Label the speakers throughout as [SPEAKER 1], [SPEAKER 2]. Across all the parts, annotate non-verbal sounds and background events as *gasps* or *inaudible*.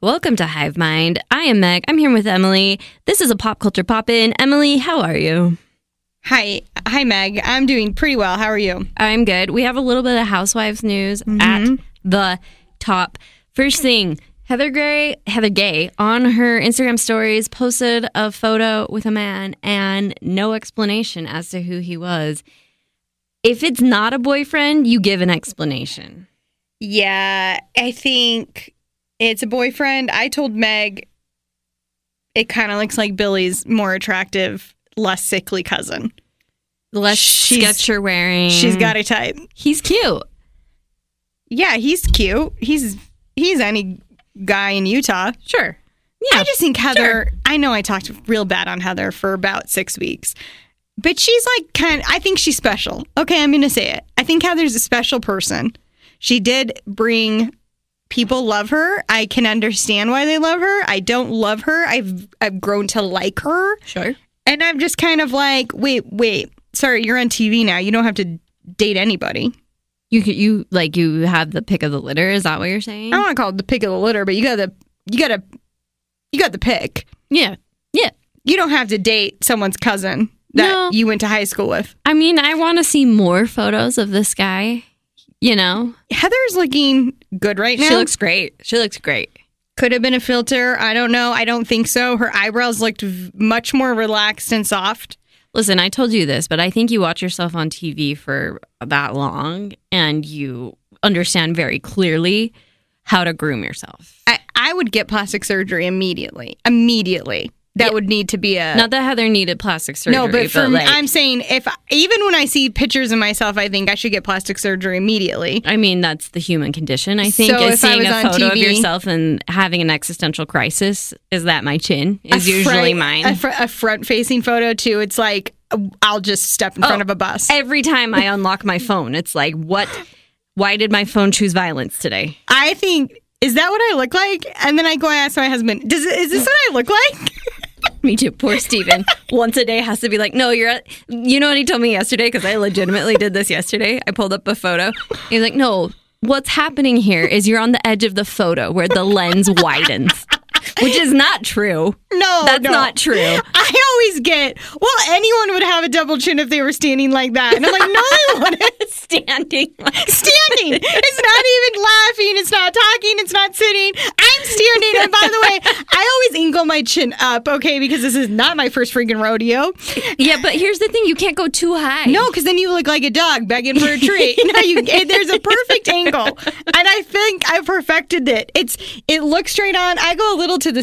[SPEAKER 1] Welcome to Hive Mind. I am Meg. I'm here with Emily. This is a pop culture pop in. Emily, how are you?
[SPEAKER 2] Hi, hi, Meg. I'm doing pretty well. How are you?
[SPEAKER 1] I'm good. We have a little bit of housewives news at the top. First thing, Heather Gray, Heather Gay on her Instagram stories posted a photo with a man and no explanation as to who he was. If it's not a boyfriend, you give an explanation.
[SPEAKER 2] Yeah, I think it's a boyfriend. I told Meg it kind of looks like Billy's more attractive, less sickly cousin.
[SPEAKER 1] The less
[SPEAKER 2] She's-
[SPEAKER 1] sketch you're wearing.
[SPEAKER 2] She's got a type.
[SPEAKER 1] He's cute.
[SPEAKER 2] Yeah, he's cute. He's he's any guy in Utah.
[SPEAKER 1] Sure.
[SPEAKER 2] I just think Heather. I know I talked real bad on Heather for about six weeks, but she's like kind. I think she's special. Okay, I'm going to say it. I think Heather's a special person. She did bring people love her. I can understand why they love her. I don't love her. I've I've grown to like her,
[SPEAKER 1] Sure.
[SPEAKER 2] and I'm just kind of like, wait, wait. Sorry, you're on TV now. You don't have to date anybody.
[SPEAKER 1] You could you like you have the pick of the litter. Is that what you're
[SPEAKER 2] I
[SPEAKER 1] saying?
[SPEAKER 2] don't want to call it the pick of the litter, but you got the you got to you got the pick.
[SPEAKER 1] Yeah. Yeah.
[SPEAKER 2] you don't have to date someone's cousin that
[SPEAKER 1] No.
[SPEAKER 2] you went to high school with.
[SPEAKER 1] I mean, I want to see more photos of this guy. You know,
[SPEAKER 2] Heather's looking good right now.
[SPEAKER 1] she looks great. She looks great.
[SPEAKER 2] could have been a filter. I don't know. I don't think so. Her eyebrows looked v- much more relaxed and soft.
[SPEAKER 1] Listen, I told you this, but I think you watch yourself on TV for that long and you understand very clearly how to groom yourself.
[SPEAKER 2] I, I would get plastic surgery immediately. Immediately. That would need to be a
[SPEAKER 1] Not that Heather needed plastic surgery.
[SPEAKER 2] no, but for me,
[SPEAKER 1] like,
[SPEAKER 2] I'm saying if even when I see pictures of myself, I think I should get plastic surgery immediately.
[SPEAKER 1] I mean, that's the human condition. I think
[SPEAKER 2] So
[SPEAKER 1] is
[SPEAKER 2] if I
[SPEAKER 1] seeing
[SPEAKER 2] was
[SPEAKER 1] a
[SPEAKER 2] on
[SPEAKER 1] photo of
[SPEAKER 2] TV
[SPEAKER 1] yourself and having an existential crisis. Is that my chin? Is
[SPEAKER 2] A
[SPEAKER 1] usually
[SPEAKER 2] front-
[SPEAKER 1] mine.
[SPEAKER 2] A, fr- a front-facing photo too. It's like I'll just step in front of a bus.
[SPEAKER 1] Every time I unlock my phone, it's like, what? Why did my phone choose violence today?
[SPEAKER 2] I think is that what I look like? And then I go and ask my husband, "Does is this what I look like?" *laughs*
[SPEAKER 1] Me too. Poor Steven. Once a day has to be like, no, you're, at, you know what he told me yesterday? Because I legitimately did this yesterday. I pulled up a photo. He was like, no, what's happening here is you're on the edge of the photo where the lens widens, which is not true.
[SPEAKER 2] No,
[SPEAKER 1] That's
[SPEAKER 2] no.
[SPEAKER 1] not true.
[SPEAKER 2] *laughs* I always get, "Well, anyone would have a double chin if they were standing like that," and I'm like, "No, I wouldn't."
[SPEAKER 1] Standing. like-
[SPEAKER 2] Standing. It's not even laughing. It's not talking. It's not sitting. I'm standing. And by the way, I always angle my chin up, okay, because this is not my first freaking rodeo.
[SPEAKER 1] yeah, but here's the thing you can't go too high.
[SPEAKER 2] No, because then you look like a dog begging for a treat. *laughs* no, you. It, there's a perfect angle, and I think I perfected it. It's it looks straight on. I go a little to the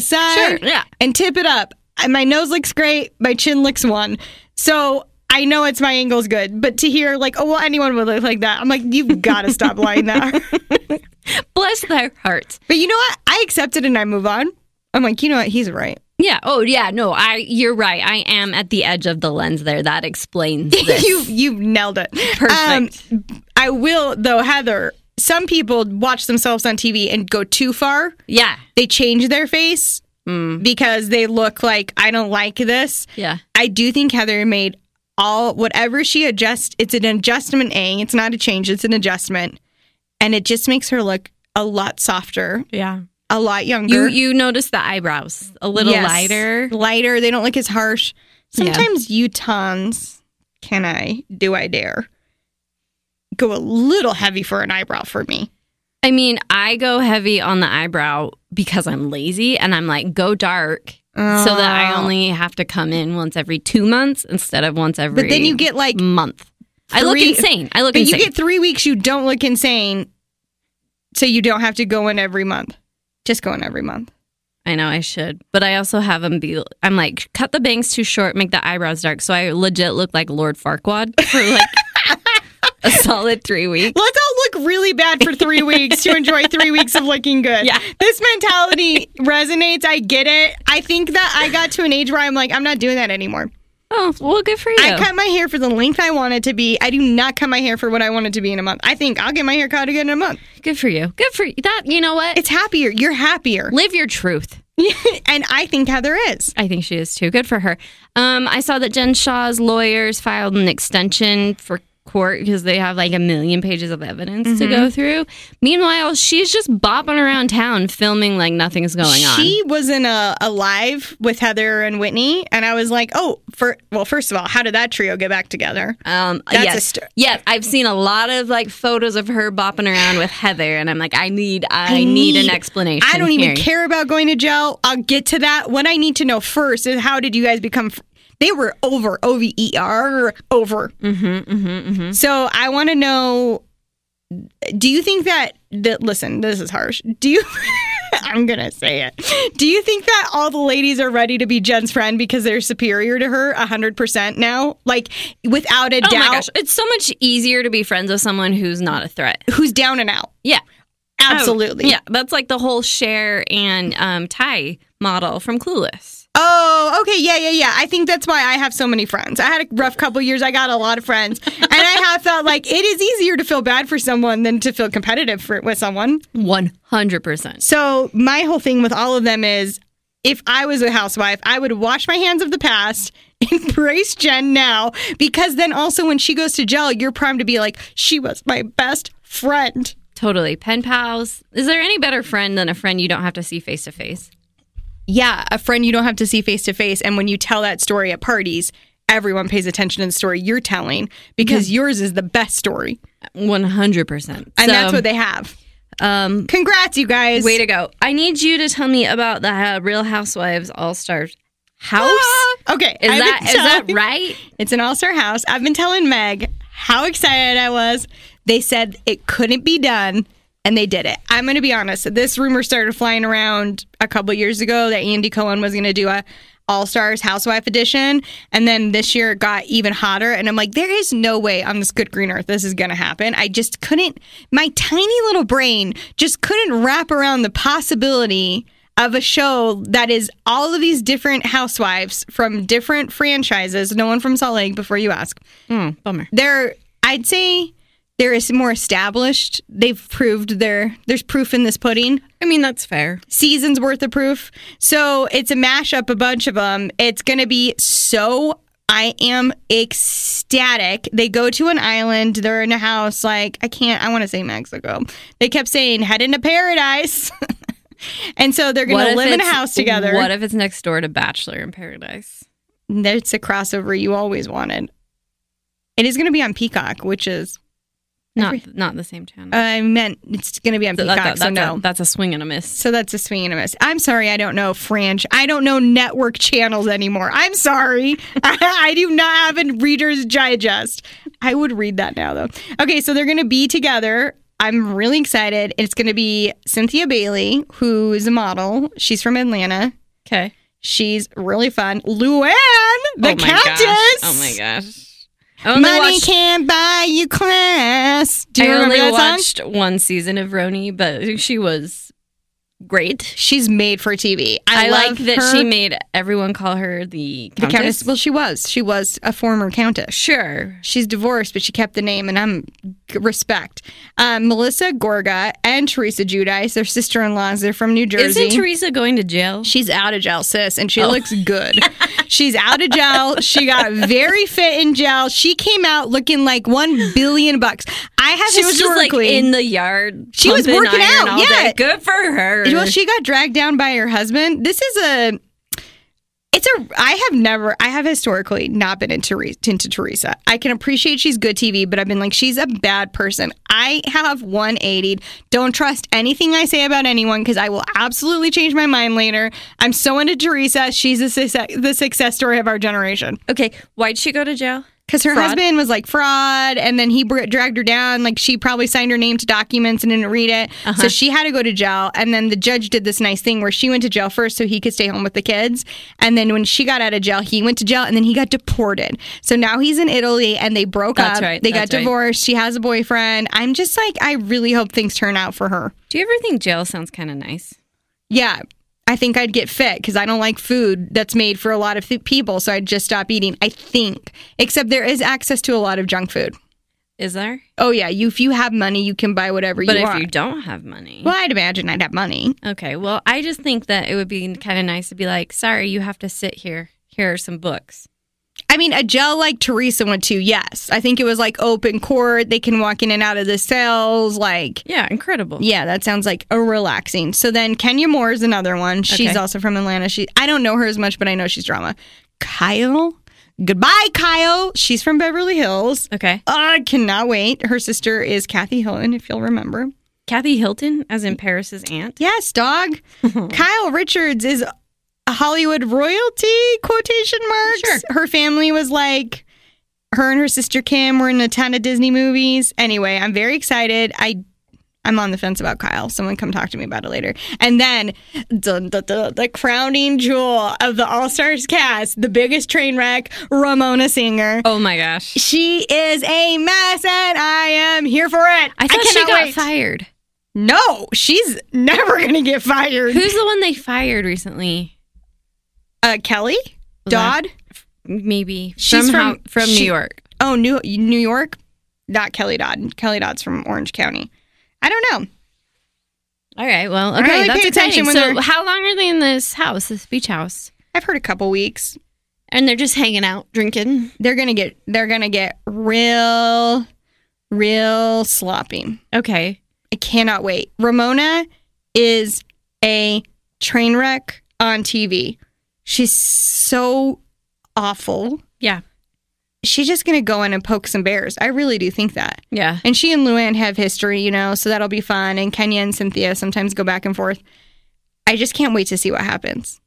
[SPEAKER 1] Sure,
[SPEAKER 2] side,
[SPEAKER 1] yeah.
[SPEAKER 2] and tip it up. And my nose looks great. My chin looks one. So. I know it's my angle's good, but to hear like, oh well, anyone would look like that. I'm like, you've got to stop
[SPEAKER 1] *laughs*
[SPEAKER 2] lying there.
[SPEAKER 1] Bless their hearts.
[SPEAKER 2] But you know what? I accept it and I move on. I'm like, you know what? He's right.
[SPEAKER 1] Yeah. Oh, yeah. No, I. You're right. I am at the edge of the lens there. That
[SPEAKER 2] *laughs*
[SPEAKER 1] explains this.
[SPEAKER 2] you you nailed it.
[SPEAKER 1] Perfect.
[SPEAKER 2] Um, I will though, Heather. Some people watch themselves on TV and go too far.
[SPEAKER 1] yeah. Mm,
[SPEAKER 2] They change their face because they look like I don't like this.
[SPEAKER 1] Yeah.
[SPEAKER 2] I do think Heather made all whatever she adjusts. It's an adjustment, Ang. It's not a change. It's an adjustment, and it just makes her look a lot softer,
[SPEAKER 1] Yeah.
[SPEAKER 2] a lot
[SPEAKER 1] You
[SPEAKER 2] younger.
[SPEAKER 1] you notice the eyebrows a little
[SPEAKER 2] Yes.
[SPEAKER 1] lighter.
[SPEAKER 2] lighter. They don't look as harsh.
[SPEAKER 1] Yeah.
[SPEAKER 2] Sometimes Utahns, can I? Do I dare? Go a little heavy for an eyebrow for me.
[SPEAKER 1] I mean, I go heavy on the eyebrow because I'm lazy and I'm like go dark so that I
[SPEAKER 2] Oh.
[SPEAKER 1] only have to come in once every 2 months instead of once every
[SPEAKER 2] But then you get like,
[SPEAKER 1] month. I look
[SPEAKER 2] three-
[SPEAKER 1] insane. I look
[SPEAKER 2] but you
[SPEAKER 1] insane.
[SPEAKER 2] get three weeks. You don't look insane, so you don't have to go in every month. Just go in every month.
[SPEAKER 1] I know I should, but I also have them be. I'm like, cut the bangs too short, make the eyebrows dark, so I legit look like Lord Farquaad for like
[SPEAKER 2] *laughs*
[SPEAKER 1] a solid three weeks.
[SPEAKER 2] Let's all look really bad
[SPEAKER 1] *laughs*
[SPEAKER 2] for three weeks to enjoy three weeks of looking good.
[SPEAKER 1] Yeah.
[SPEAKER 2] This mentality resonates. I get it. I think that I got to an age where I'm like, I'm not doing that anymore.
[SPEAKER 1] Oh, well, good for you.
[SPEAKER 2] I cut my hair for the length I want it to be. I do not cut my hair for what I want it to be in a month. I think I'll get my hair cut again in a month.
[SPEAKER 1] good for you. Good for you. That you know what?
[SPEAKER 2] It's happier. You're happier. *laughs*
[SPEAKER 1] Live your truth.
[SPEAKER 2] and I think Heather is.
[SPEAKER 1] I think she is too. Good for her. Um, I saw that Jen Shaw's lawyers filed an extension for court because they have like a million pages of evidence to
[SPEAKER 2] Mm-hmm.
[SPEAKER 1] go through. Meanwhile, she's just bopping around town filming like nothing's going on.
[SPEAKER 2] She was in a, a live with Heather and Whitney, and I was like, oh, for well, first of all, how did that trio get back together?
[SPEAKER 1] Um,
[SPEAKER 2] That's a
[SPEAKER 1] yes,
[SPEAKER 2] st-
[SPEAKER 1] yes, I've seen a lot of like photos of her bopping around with Heather, and I'm like, I need, I,
[SPEAKER 2] I
[SPEAKER 1] need, an
[SPEAKER 2] need-
[SPEAKER 1] explanation.
[SPEAKER 2] I don't even
[SPEAKER 1] here.
[SPEAKER 2] care about going to jail. I'll get to that. What I need to know first is how did you guys become? Fr- they were over, O V E R, over. Mm-hmm, mm-hmm, mm-hmm. So I want to know. Do you think that that? Listen, this is harsh. Do you? *laughs* I'm gonna say it. Do you think that all the ladies are ready to be Jen's friend because they're superior to her hundred percent now? Like without a
[SPEAKER 1] Oh my
[SPEAKER 2] doubt,
[SPEAKER 1] gosh, it's so much easier to be friends with someone who's not a threat.
[SPEAKER 2] who's down and out?
[SPEAKER 1] Yeah,
[SPEAKER 2] *laughs* Absolutely.
[SPEAKER 1] Oh, yeah, that's like the whole share and um, tie model from Clueless.
[SPEAKER 2] Oh, okay. Yeah, yeah, yeah. I think that's why I have so many friends. I had a rough couple years. I got a lot of friends. And I have felt like it is easier to feel bad for someone than to feel competitive for, with someone.
[SPEAKER 1] One hundred percent.
[SPEAKER 2] So, my whole thing with all of them is if I was a housewife, I would wash my hands of the past, *laughs* embrace Jen now, because then also when she goes to jail, you're primed to be like, she was my best friend.
[SPEAKER 1] Totally. Pen pals. Is there any better friend than a friend you don't have to see face to face?
[SPEAKER 2] Yeah, a friend you don't have to see face to face. And when you tell that story at parties, everyone pays attention to the story you're telling because yours is the best story.
[SPEAKER 1] One hundred percent.
[SPEAKER 2] And that's what they have.
[SPEAKER 1] Um,
[SPEAKER 2] Congrats, you guys.
[SPEAKER 1] Way to go. I need you to tell me about the uh, Real Housewives All Stars house.
[SPEAKER 2] Ah, okay.
[SPEAKER 1] Is
[SPEAKER 2] I've
[SPEAKER 1] that
[SPEAKER 2] been
[SPEAKER 1] is that
[SPEAKER 2] telling-
[SPEAKER 1] right?
[SPEAKER 2] It's an all star house. I've been telling Meg how excited I was. They said it couldn't be done, and they did it. I'm going to be honest. This rumor started flying around a couple years ago that Andy Cohen was going to do a all stars housewife edition, and then this year it got even hotter. And I'm like, there is no way on this good green earth this is going to happen. I just couldn't. My tiny little brain just couldn't wrap around the possibility of a show that is all of these different housewives from different franchises. No one from Salt Lake before you ask.
[SPEAKER 1] bummer.
[SPEAKER 2] They're I'd say there is more established. They've proved their there's proof in this pudding.
[SPEAKER 1] I mean, that's fair.
[SPEAKER 2] Seasons worth of proof. So it's a mashup, a bunch of them. It's gonna be so I am ecstatic. They go to an island. They're in a house. Like I can't. I want to say Mexico. They kept saying head into paradise, *laughs* and so they're gonna live in a house together.
[SPEAKER 1] What if it's next door to Bachelor in Paradise?
[SPEAKER 2] That's a crossover you always wanted. It is going to be on Peacock, which is
[SPEAKER 1] Not not the same channel.
[SPEAKER 2] I meant it's going to be on
[SPEAKER 1] That-
[SPEAKER 2] Peacock.
[SPEAKER 1] that-
[SPEAKER 2] so
[SPEAKER 1] that's,
[SPEAKER 2] no,
[SPEAKER 1] a, that's a swing and a miss.
[SPEAKER 2] so that's a swing and a miss. I'm sorry, I don't know French. I don't know network channels anymore. I'm sorry, *laughs* I, I do not have a Reader's Digest. I would read that now though. Okay, so they're going to be together. I'm really excited. It's going to be Cynthia Bailey, who is a model. She's from Atlanta.
[SPEAKER 1] Okay.
[SPEAKER 2] She's really fun. Luann,
[SPEAKER 1] oh
[SPEAKER 2] the
[SPEAKER 1] my
[SPEAKER 2] Countess.
[SPEAKER 1] gosh. Oh my gosh. I only
[SPEAKER 2] Money
[SPEAKER 1] watched,
[SPEAKER 2] can't buy you class. Do you
[SPEAKER 1] I
[SPEAKER 2] remember
[SPEAKER 1] only
[SPEAKER 2] that song?
[SPEAKER 1] watched one season of Roni, but she was great.
[SPEAKER 2] She's made for TV. I,
[SPEAKER 1] I,
[SPEAKER 2] love
[SPEAKER 1] like that
[SPEAKER 2] her.
[SPEAKER 1] she made everyone call her the
[SPEAKER 2] the
[SPEAKER 1] countess.
[SPEAKER 2] countess. Well, she was. She was a former countess.
[SPEAKER 1] Sure.
[SPEAKER 2] She's divorced, but she kept the name, and I'm g- respect. Um, Melissa Gorga and Teresa Judice, their sister-in-laws. They're from New Jersey.
[SPEAKER 1] Isn't Teresa going to jail?
[SPEAKER 2] She's out of gel, sis, and she looks good. *laughs* She's out of gel. She got very fit in gel. She came out looking like one billion bucks. I have
[SPEAKER 1] She was just like
[SPEAKER 2] historically
[SPEAKER 1] in the yard.
[SPEAKER 2] She was
[SPEAKER 1] pumping
[SPEAKER 2] working
[SPEAKER 1] iron
[SPEAKER 2] out,
[SPEAKER 1] all
[SPEAKER 2] yeah.
[SPEAKER 1] day. good for her.
[SPEAKER 2] Well, she got dragged down by her husband. This is a. It's a. I have never. I have historically not been into Re- into Teresa. I can appreciate she's good TV, but I've been like she's a bad person. I have 180. Don't trust anything I say about anyone because I will absolutely change my mind later. I'm so into Teresa. She's the success, the success story of our generation.
[SPEAKER 1] okay, why'd she go to jail?
[SPEAKER 2] Because her
[SPEAKER 1] Fraud?
[SPEAKER 2] husband was like fraud, and then he br- dragged her down. Like she probably signed her name to documents and didn't read it,
[SPEAKER 1] Uh-huh.
[SPEAKER 2] so she had to go to jail. And then the judge did this nice thing where she went to jail first, so he could stay home with the kids. And then when she got out of jail, he went to jail, and then he got deported. So now he's in Italy, and they broke
[SPEAKER 1] That's
[SPEAKER 2] up.
[SPEAKER 1] right,
[SPEAKER 2] They
[SPEAKER 1] that's
[SPEAKER 2] got
[SPEAKER 1] right.
[SPEAKER 2] divorced. She has a boyfriend. I'm just like, I really hope things turn out for her.
[SPEAKER 1] Do you ever think jail sounds kind of nice?
[SPEAKER 2] Yeah. I think I'd get fit because I don't like food that's made for a lot of th- people, so I'd just stop eating. I think, except there is access to a lot of junk food.
[SPEAKER 1] Is there?
[SPEAKER 2] Oh yeah, you if you have money, you can buy whatever
[SPEAKER 1] But
[SPEAKER 2] you
[SPEAKER 1] if
[SPEAKER 2] want.
[SPEAKER 1] you don't have money,
[SPEAKER 2] well, I'd imagine I'd have money.
[SPEAKER 1] okay. Well, I just think that it would be kind of nice to be like, sorry, you have to sit here. Here are some books.
[SPEAKER 2] I mean, a gel like Teresa went to, yes. I think it was like open court. They can walk in and out of the cells. Like,
[SPEAKER 1] Yeah, incredible.
[SPEAKER 2] yeah, that sounds like a relaxing. So then Kenya Moore is another one. She's
[SPEAKER 1] Okay.
[SPEAKER 2] also from Atlanta. She I don't know her as much, but I know she's drama. Kyle. Goodbye, Kyle. She's from Beverly Hills.
[SPEAKER 1] Okay.
[SPEAKER 2] I cannot wait. Her sister is Kathy Hilton, if you'll remember.
[SPEAKER 1] Kathy Hilton, as in Paris's aunt. *laughs*
[SPEAKER 2] Yes, dog. Kyle Richards is a Hollywood royalty quotation marks.
[SPEAKER 1] Sure.
[SPEAKER 2] Her family was like her and her sister Kim were in a ton of Disney movies. Anyway, I'm very excited. I I'm on the fence about Kyle. Someone come talk to me about it later. And then dun, dun, dun, the crowning jewel of the All Stars cast, the biggest train wreck, Ramona Singer.
[SPEAKER 1] Oh my gosh.
[SPEAKER 2] She is a mess, and I am here for it.
[SPEAKER 1] I thought she
[SPEAKER 2] cannot
[SPEAKER 1] got
[SPEAKER 2] wait.
[SPEAKER 1] fired.
[SPEAKER 2] No, she's never gonna get fired.
[SPEAKER 1] Who's the one they fired recently?
[SPEAKER 2] Uh, Kelly
[SPEAKER 1] Was that-
[SPEAKER 2] Dodd.
[SPEAKER 1] Maybe
[SPEAKER 2] She's
[SPEAKER 1] Somehow-
[SPEAKER 2] from-
[SPEAKER 1] from
[SPEAKER 2] she-
[SPEAKER 1] New York.
[SPEAKER 2] Oh, New New York. Not Kelly Dodd. Kelly Dodd's from Orange County. I don't know.
[SPEAKER 1] All right. Well,
[SPEAKER 2] I
[SPEAKER 1] okay.
[SPEAKER 2] really
[SPEAKER 1] that's
[SPEAKER 2] pay attention
[SPEAKER 1] exciting.
[SPEAKER 2] when
[SPEAKER 1] So,
[SPEAKER 2] they're-
[SPEAKER 1] how long are they in this house, this beach house?
[SPEAKER 2] I've heard a couple weeks.
[SPEAKER 1] And they're just hanging out, drinking.
[SPEAKER 2] They're gonna get. They're gonna get real, real sloppy.
[SPEAKER 1] Okay.
[SPEAKER 2] I cannot wait. Ramona is a train wreck on TV. She's so awful.
[SPEAKER 1] Yeah.
[SPEAKER 2] She's just gonna go in and poke some bears. I really do think that.
[SPEAKER 1] Yeah.
[SPEAKER 2] And she and Luann have history, you know, so that'll be fun. And Kenya and Cynthia sometimes go back and forth. I just can't wait to see what happens.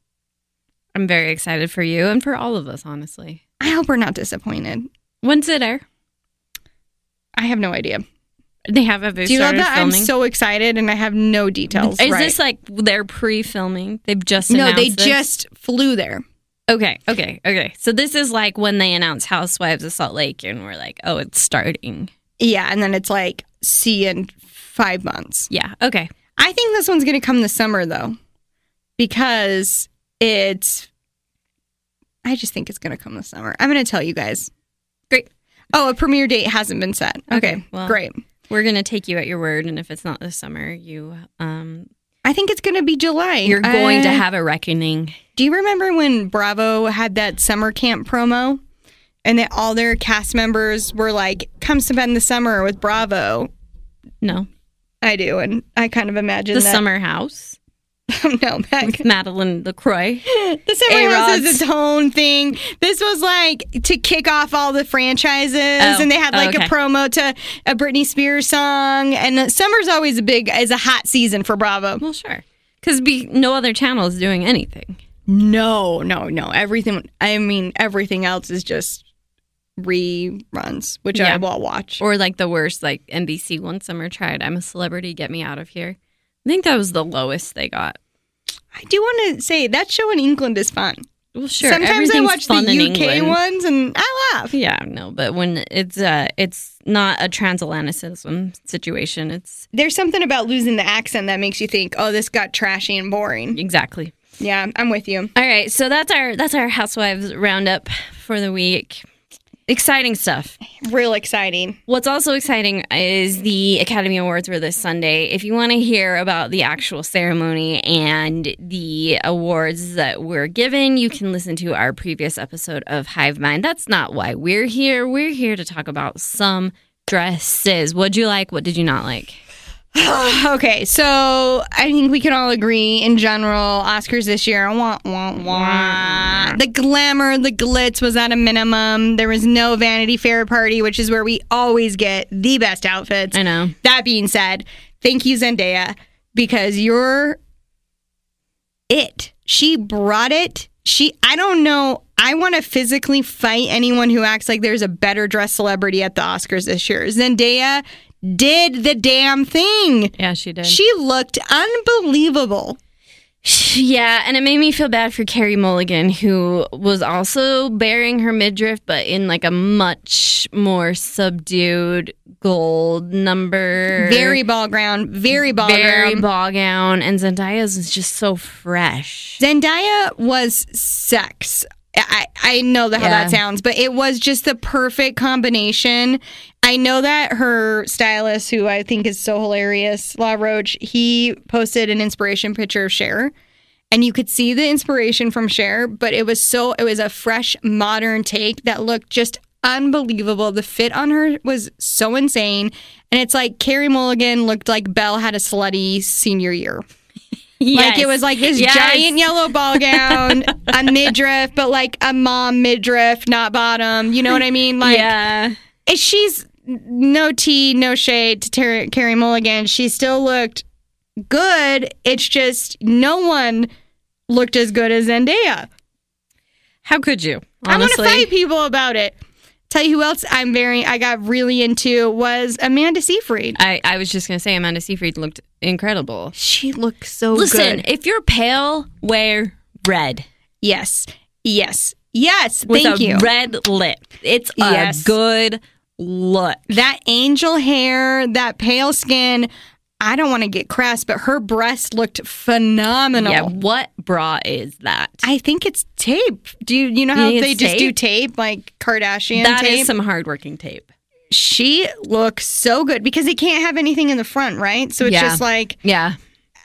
[SPEAKER 1] I'm very excited for you and for all of us, honestly.
[SPEAKER 2] I hope we're not disappointed.
[SPEAKER 1] When's it air?
[SPEAKER 2] I have no idea.
[SPEAKER 1] They have a
[SPEAKER 2] Do you love that? I'm so excited and I have no details.
[SPEAKER 1] Is
[SPEAKER 2] right.
[SPEAKER 1] this like they're pre-filming? They've just
[SPEAKER 2] no, they
[SPEAKER 1] announced this?
[SPEAKER 2] just flew there.
[SPEAKER 1] okay, okay, okay. So this is like when they announce Housewives of Salt Lake, and we're like, oh, it's starting.
[SPEAKER 2] Yeah, and then it's like see you in five months.
[SPEAKER 1] Yeah, okay,
[SPEAKER 2] I think this one's gonna come this summer though. Because it's I just think it's gonna come this summer. I'm gonna tell you guys.
[SPEAKER 1] Great.
[SPEAKER 2] Oh, a premiere date hasn't been set. Okay.
[SPEAKER 1] Okay, well-
[SPEAKER 2] Great.
[SPEAKER 1] we're gonna take you at your word, and if it's not this summer, you um,
[SPEAKER 2] I think it's going to be July.
[SPEAKER 1] you're going to
[SPEAKER 2] Uh,
[SPEAKER 1] have a reckoning.
[SPEAKER 2] Do you remember when Bravo had that summer camp promo, and that all their cast members were like, "Come spend the summer with Bravo."
[SPEAKER 1] No,
[SPEAKER 2] I do, and I kind of imagine
[SPEAKER 1] the
[SPEAKER 2] that.
[SPEAKER 1] summer house
[SPEAKER 2] *laughs* no, Meg.
[SPEAKER 1] with Madeline LaCroix.
[SPEAKER 2] The summer house
[SPEAKER 1] A-Rods.
[SPEAKER 2] is its own thing. This was like to kick off all the franchises, and they had
[SPEAKER 1] Oh,
[SPEAKER 2] like
[SPEAKER 1] okay.
[SPEAKER 2] a promo to a Britney Spears song. And uh, summer's always a big is a hot season for Bravo.
[SPEAKER 1] *laughs* Well, sure, because be, no other channel is doing anything.
[SPEAKER 2] No, no, no. Everything. I mean, everything else is just reruns, which
[SPEAKER 1] Yeah.
[SPEAKER 2] I will watch.
[SPEAKER 1] Or like the worst, like NBC one summer tried, I'm a celebrity, get me out of here. I think that was the lowest they got.
[SPEAKER 2] I do want to say that show in England is fun.
[SPEAKER 1] Well, sure.
[SPEAKER 2] Sometimes I
[SPEAKER 1] everything's
[SPEAKER 2] watch the
[SPEAKER 1] fun in
[SPEAKER 2] UK
[SPEAKER 1] England.
[SPEAKER 2] ones and I laugh.
[SPEAKER 1] Yeah, no, but when it's uh it's not a transatlanticism situation. It's
[SPEAKER 2] There's something about losing the accent that makes you think, "Oh, this got trashy and boring."
[SPEAKER 1] exactly.
[SPEAKER 2] Yeah, I'm with you.
[SPEAKER 1] All right, so that's our that's our housewives roundup for the week. Exciting stuff.
[SPEAKER 2] Real exciting.
[SPEAKER 1] What's also exciting is the Academy Awards were this Sunday. If you want to hear about the actual ceremony and the awards that were given, you can listen to our previous episode of Hive Mind. That's not why we're here. We're here to talk about some dresses. What'd you like? What did you not like?
[SPEAKER 2] *sighs* okay, so I think we can all agree in general, Oscars this year, wah, wah, wah. the glamour, the glitz was at a minimum. There was no Vanity Fair party, which is where we always get the best outfits.
[SPEAKER 1] I know.
[SPEAKER 2] That being said, thank you, Zendaya, because you're it. She brought it. She, I don't know. I want to physically fight anyone who acts like there's a better dressed celebrity at the Oscars this year. Zendaya did the damn thing.
[SPEAKER 1] Yeah, she did.
[SPEAKER 2] She looked unbelievable.
[SPEAKER 1] Yeah, and it made me feel bad for Carrie Mulligan, who was also bearing her midriff, but in like a much more subdued gold number.
[SPEAKER 2] Very ball ground, very ball
[SPEAKER 1] very
[SPEAKER 2] ground.
[SPEAKER 1] ball gown, and Zendaya's is just so fresh.
[SPEAKER 2] Zendaya was sex. I, I know that how
[SPEAKER 1] Yeah.
[SPEAKER 2] that sounds, but it was just the perfect combination. I know that her stylist, who I think is so hilarious, La Roach, he posted an inspiration picture of Cher. and you could see the inspiration from Cher, but it was so it was a fresh, modern take that looked just unbelievable. The fit on her was so insane, and it's like Carrie Mulligan looked like Belle had a slutty senior year. Like it was like this
[SPEAKER 1] Yes.
[SPEAKER 2] giant yellow ball gown,
[SPEAKER 1] *laughs*
[SPEAKER 2] a midriff, but like a mom midriff, not bottom. You know what I mean? Like
[SPEAKER 1] yeah.
[SPEAKER 2] it- she's no tea, no shade to Ter- Carrie Mulligan. She still looked good. It's just no one looked as good as Zendaya.
[SPEAKER 3] How could you?
[SPEAKER 2] I want to
[SPEAKER 1] Honestly.
[SPEAKER 2] fight people about it. Tell you who else I'm very I got really into was Amanda Seyfried.
[SPEAKER 3] I, I was just gonna say Amanda Seyfried looked incredible.
[SPEAKER 2] She looked so
[SPEAKER 1] Listen,
[SPEAKER 2] good.
[SPEAKER 1] if you're pale, wear red
[SPEAKER 2] Yes. Yes. Yes.
[SPEAKER 1] with
[SPEAKER 2] Thank
[SPEAKER 1] a
[SPEAKER 2] you.
[SPEAKER 1] red lip. It's a
[SPEAKER 2] Yes.
[SPEAKER 1] good look.
[SPEAKER 2] that angel hair, that pale skin. I don't want to get crass, but her breast looked phenomenal.
[SPEAKER 1] Yeah, what bra is that?
[SPEAKER 2] I think it's tape. Do you you know
[SPEAKER 1] You
[SPEAKER 2] how
[SPEAKER 1] think
[SPEAKER 2] they
[SPEAKER 1] it's
[SPEAKER 2] just do
[SPEAKER 1] tape?
[SPEAKER 2] tape like Kardashian
[SPEAKER 1] That is
[SPEAKER 2] tape?
[SPEAKER 1] some hardworking tape.
[SPEAKER 2] she looks so good because they can't have anything in the front, right? So it's
[SPEAKER 1] Yeah.
[SPEAKER 2] just like
[SPEAKER 1] Yeah.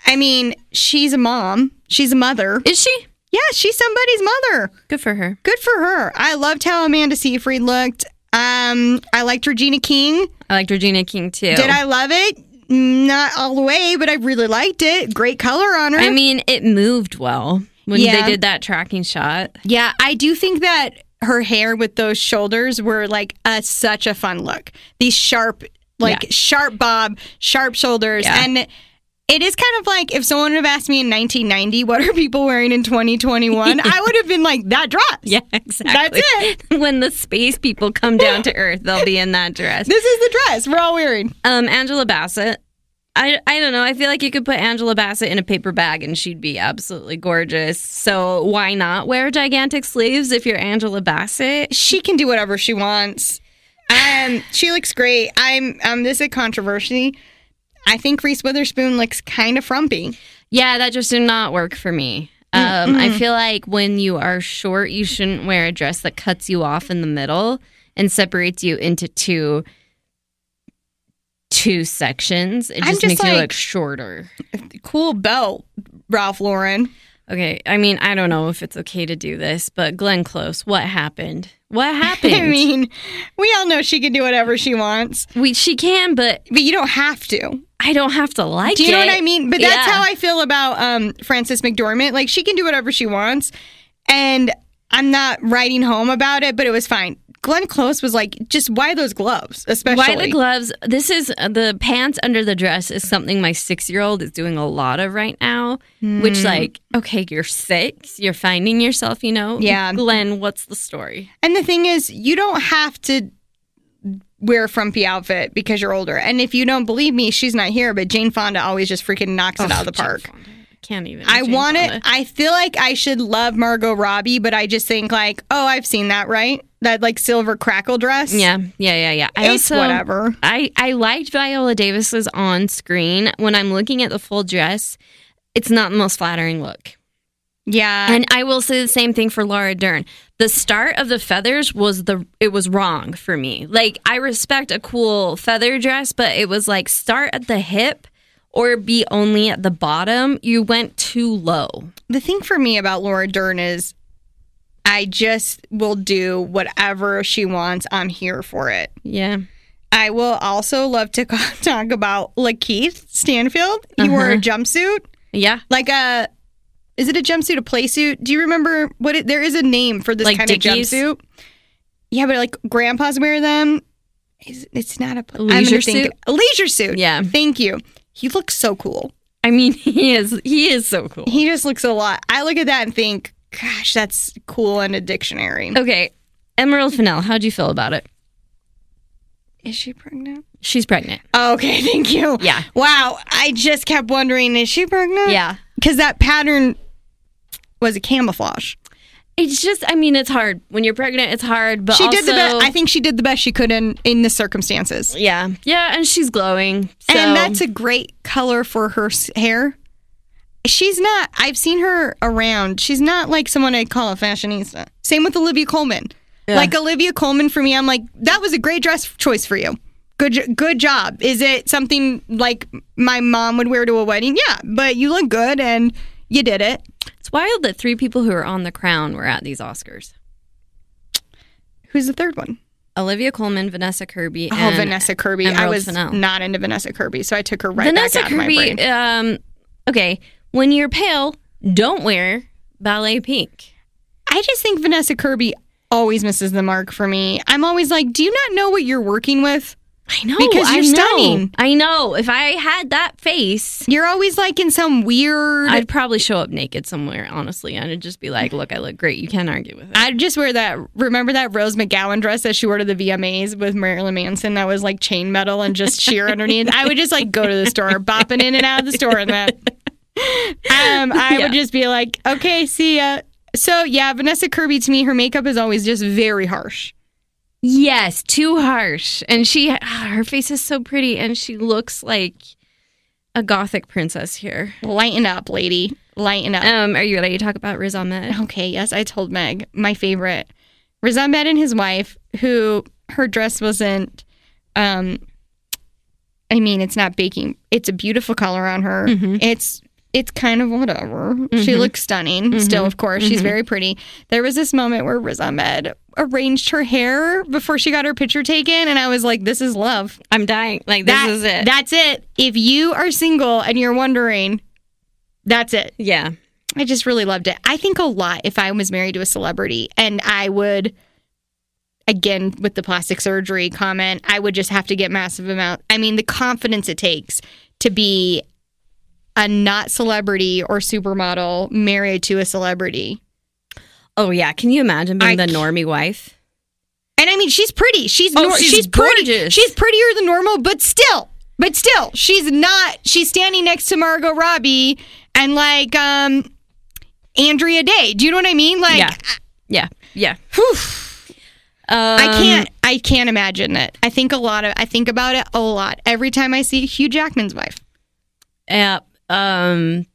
[SPEAKER 2] I mean, she's a mom, she's a mother.
[SPEAKER 1] Is she?
[SPEAKER 2] Yeah, she's somebody's mother.
[SPEAKER 1] Good for her.
[SPEAKER 2] Good for her. I loved how Amanda Seyfried looked. Um, I liked Regina King.
[SPEAKER 1] I liked Regina King too.
[SPEAKER 2] Did I love it? Not all the way, but I really liked it. Great color on her.
[SPEAKER 1] I mean, it moved well when
[SPEAKER 2] Yeah.
[SPEAKER 1] they did that tracking *laughs* shot.
[SPEAKER 2] Yeah, I do think that her hair with those shoulders were like a, such a fun look. These sharp, like sharp bob, sharp shoulders.
[SPEAKER 1] Yeah.
[SPEAKER 2] And it is kind of like if someone would have asked me in 1990, what are people wearing in *laughs* 2021? I would have been like, that dress.
[SPEAKER 1] exactly.
[SPEAKER 2] That's
[SPEAKER 1] *laughs* it. when the space people come down to Earth, they'll be in that *laughs* dress.
[SPEAKER 2] This is the dress we're all wearing.
[SPEAKER 1] Um, Angela Bassett. I, I don't know. I feel like you could put Angela Bassett in a paper bag and she'd be absolutely gorgeous. So why not wear gigantic sleeves if you're Angela Bassett?
[SPEAKER 2] She can do whatever she wants. Um, she looks great. I'm um, this is a controversy. I think Reese Witherspoon looks kind of frumpy.
[SPEAKER 1] Yeah, that just did not work for me. Um, I feel like when you are short, you shouldn't wear a dress that cuts you off in the middle and separates you into two two sections. It
[SPEAKER 2] I'm
[SPEAKER 1] just,
[SPEAKER 2] just
[SPEAKER 1] makes you
[SPEAKER 2] like-
[SPEAKER 1] look shorter.
[SPEAKER 2] Cool belt, Ralph Lauren. *laughs*
[SPEAKER 1] Okay, I mean, I don't know if it's okay to do this, but Glenn Close, what happened?
[SPEAKER 2] *laughs*
[SPEAKER 1] What happened?
[SPEAKER 2] I mean, we all know she can do whatever she wants,
[SPEAKER 1] we, she can, but
[SPEAKER 2] but you don't have to.
[SPEAKER 1] I don't have to like
[SPEAKER 2] Do you know
[SPEAKER 1] it.
[SPEAKER 2] what I mean? But that's
[SPEAKER 1] Yeah.
[SPEAKER 2] how I feel about um, Frances McDormand. Like she can do whatever she wants, and I'm not writing home about it. But it was fine. Glenn Close was like, just why those gloves,
[SPEAKER 1] Why
[SPEAKER 2] especially.
[SPEAKER 1] the gloves? This is uh, the pants under the dress is something my six year old is doing a lot of right now. Which,
[SPEAKER 2] Hmm.
[SPEAKER 1] like, okay, you're six, you're finding yourself, you know?
[SPEAKER 2] Yeah.
[SPEAKER 1] Glenn, what's the story?
[SPEAKER 2] And the thing is, you don't have to wear a frumpy outfit because you're older. And if you don't believe me, she's not here. But Jane Fonda always just freaking knocks it out of the
[SPEAKER 1] Oh, Jane
[SPEAKER 2] park.
[SPEAKER 1] Fonda. Can't even.
[SPEAKER 2] I
[SPEAKER 1] Jane
[SPEAKER 2] want it.
[SPEAKER 1] Fonda.
[SPEAKER 2] I feel like I should love Margot Robbie, but I just think like, oh, I've seen that, right? That like silver crackle dress.
[SPEAKER 1] Yeah, yeah, yeah, yeah. I
[SPEAKER 2] It's whatever.
[SPEAKER 1] I, I liked Viola Davis's on screen. When I'm looking at the full dress, it's not the most flattering look.
[SPEAKER 2] Yeah.
[SPEAKER 1] And I will say the same thing for Laura Dern. The start of the feathers was the it was wrong for me. Like I respect a cool feather dress, but it was like start at the hip or be only at the bottom. You went too low.
[SPEAKER 2] the thing for me about Laura Dern is I just will do whatever she wants. I'm here for it.
[SPEAKER 1] Yeah.
[SPEAKER 2] I will also love to *laughs* talk about Lakeith Stanfield. He wore
[SPEAKER 1] Uh-huh.
[SPEAKER 2] a jumpsuit,
[SPEAKER 1] Yeah.
[SPEAKER 2] like a, is it a jumpsuit, a play suit? Do you remember what it, there is a name for this
[SPEAKER 1] Like
[SPEAKER 2] kind
[SPEAKER 1] Dickies?
[SPEAKER 2] of jumpsuit? Yeah, but like grandpas wear them. It's, it's not a pl- I'm gonna
[SPEAKER 1] Leisure
[SPEAKER 2] think-
[SPEAKER 1] suit?
[SPEAKER 2] A leisure suit.
[SPEAKER 1] Yeah.
[SPEAKER 2] Thank you. He looks so cool.
[SPEAKER 1] I mean, *laughs* he is he is so cool.
[SPEAKER 2] He just looks a lot. I look at that and think, gosh, that's cool in a dictionary.
[SPEAKER 1] Okay. Emerald Fennell, how'd you feel about it?
[SPEAKER 2] Is she pregnant?
[SPEAKER 1] She's pregnant.
[SPEAKER 2] Okay, *laughs* thank you.
[SPEAKER 1] Yeah.
[SPEAKER 2] Wow. I just kept wondering, is she pregnant?
[SPEAKER 1] Yeah.
[SPEAKER 2] Because that pattern was a camouflage.
[SPEAKER 1] It's just I mean, it's hard. When you're pregnant, it's hard, but
[SPEAKER 2] She did the
[SPEAKER 1] also-
[SPEAKER 2] best. I think she did the best she could in, in the circumstances.
[SPEAKER 1] yeah. Yeah, and she's glowing. So.
[SPEAKER 2] And that's a great color for her s- hair. She's not, I've seen her around. She's not like someone I'd call a fashionista. Same with Olivia Coleman. Like Olivia Coleman for me, I'm like, that was a great dress choice for you. Good, jo- good job. Is it something like my mom would wear to a wedding? Yeah, but you look good and you did it.
[SPEAKER 1] It's wild that three people who are on The Crown were at these Oscars.
[SPEAKER 2] Who's the third one?
[SPEAKER 1] Olivia Colman, Vanessa Kirby,
[SPEAKER 2] Oh,
[SPEAKER 1] and
[SPEAKER 2] Vanessa Kirby. I
[SPEAKER 1] Emerald
[SPEAKER 2] was
[SPEAKER 1] Fennell.
[SPEAKER 2] not into Vanessa Kirby, so I took her right
[SPEAKER 1] Vanessa
[SPEAKER 2] back out of my brain.
[SPEAKER 1] Kirby. Um, okay, when you're pale, don't wear ballet pink.
[SPEAKER 2] I just think Vanessa Kirby always misses the mark for me. I'm always like, do you not know what you're working with?
[SPEAKER 1] I know
[SPEAKER 2] Because
[SPEAKER 1] I
[SPEAKER 2] you're
[SPEAKER 1] know.
[SPEAKER 2] stunning.
[SPEAKER 1] I know. If I had that face,
[SPEAKER 2] You're always like in some weird. I'd,
[SPEAKER 1] I'd probably show up naked somewhere. Honestly, and I'd just be like, "Look, I look great. You can't argue with it."
[SPEAKER 2] just wear that. Remember that Rose McGowan dress that she wore to the VMAs with Marilyn Manson that was like chain metal and just sheer underneath? I would just like go to the store, bopping in and out of the store in that. Um, I
[SPEAKER 1] Yeah.
[SPEAKER 2] would just be like, okay, see ya. So yeah, Vanessa Kirby to me, her makeup is always just very harsh.
[SPEAKER 1] Yes, too harsh. And she, ah, her face is so pretty, and she looks like a gothic princess here.
[SPEAKER 2] Lighten up, lady. Lighten up.
[SPEAKER 1] Um, are you ready to talk about Riz Ahmed?
[SPEAKER 2] Okay, yes, I told Meg, my favorite. Riz Ahmed and his wife, who her dress wasn't um I mean, it's not baking. It's a beautiful color on her. It's it's kind of whatever. She looks stunning still, of course. She's very pretty. There was this moment where Riz Ahmed arranged her hair before she got her picture taken, and I was like, This is love.
[SPEAKER 1] I'm dying. Like
[SPEAKER 2] That- That's it. If you are single and you're wondering, that's it.
[SPEAKER 1] yeah.
[SPEAKER 2] I just really loved it. I think a lot if I was married to a celebrity and I would again with the plastic surgery comment, I would just have to get massive amount. I mean, the confidence it takes to be a not celebrity or supermodel married to a celebrity.
[SPEAKER 1] Oh yeah. Can you imagine being
[SPEAKER 2] I
[SPEAKER 1] the normie wife?
[SPEAKER 2] And I mean, she's pretty. She's
[SPEAKER 1] Oh,
[SPEAKER 2] nor-
[SPEAKER 1] she's
[SPEAKER 2] pretty.
[SPEAKER 1] gorgeous.
[SPEAKER 2] She's prettier than normal, but still, but still, she's not. She's standing next to Margot Robbie and like um Andrea Day. Do you know what I mean? Like
[SPEAKER 1] Yeah. Yeah. Yeah. Um,
[SPEAKER 2] I can't. I can't imagine it. I think a lot of. I think about it a lot every time I see Hugh Jackman's wife.
[SPEAKER 1] can't. Uh, um,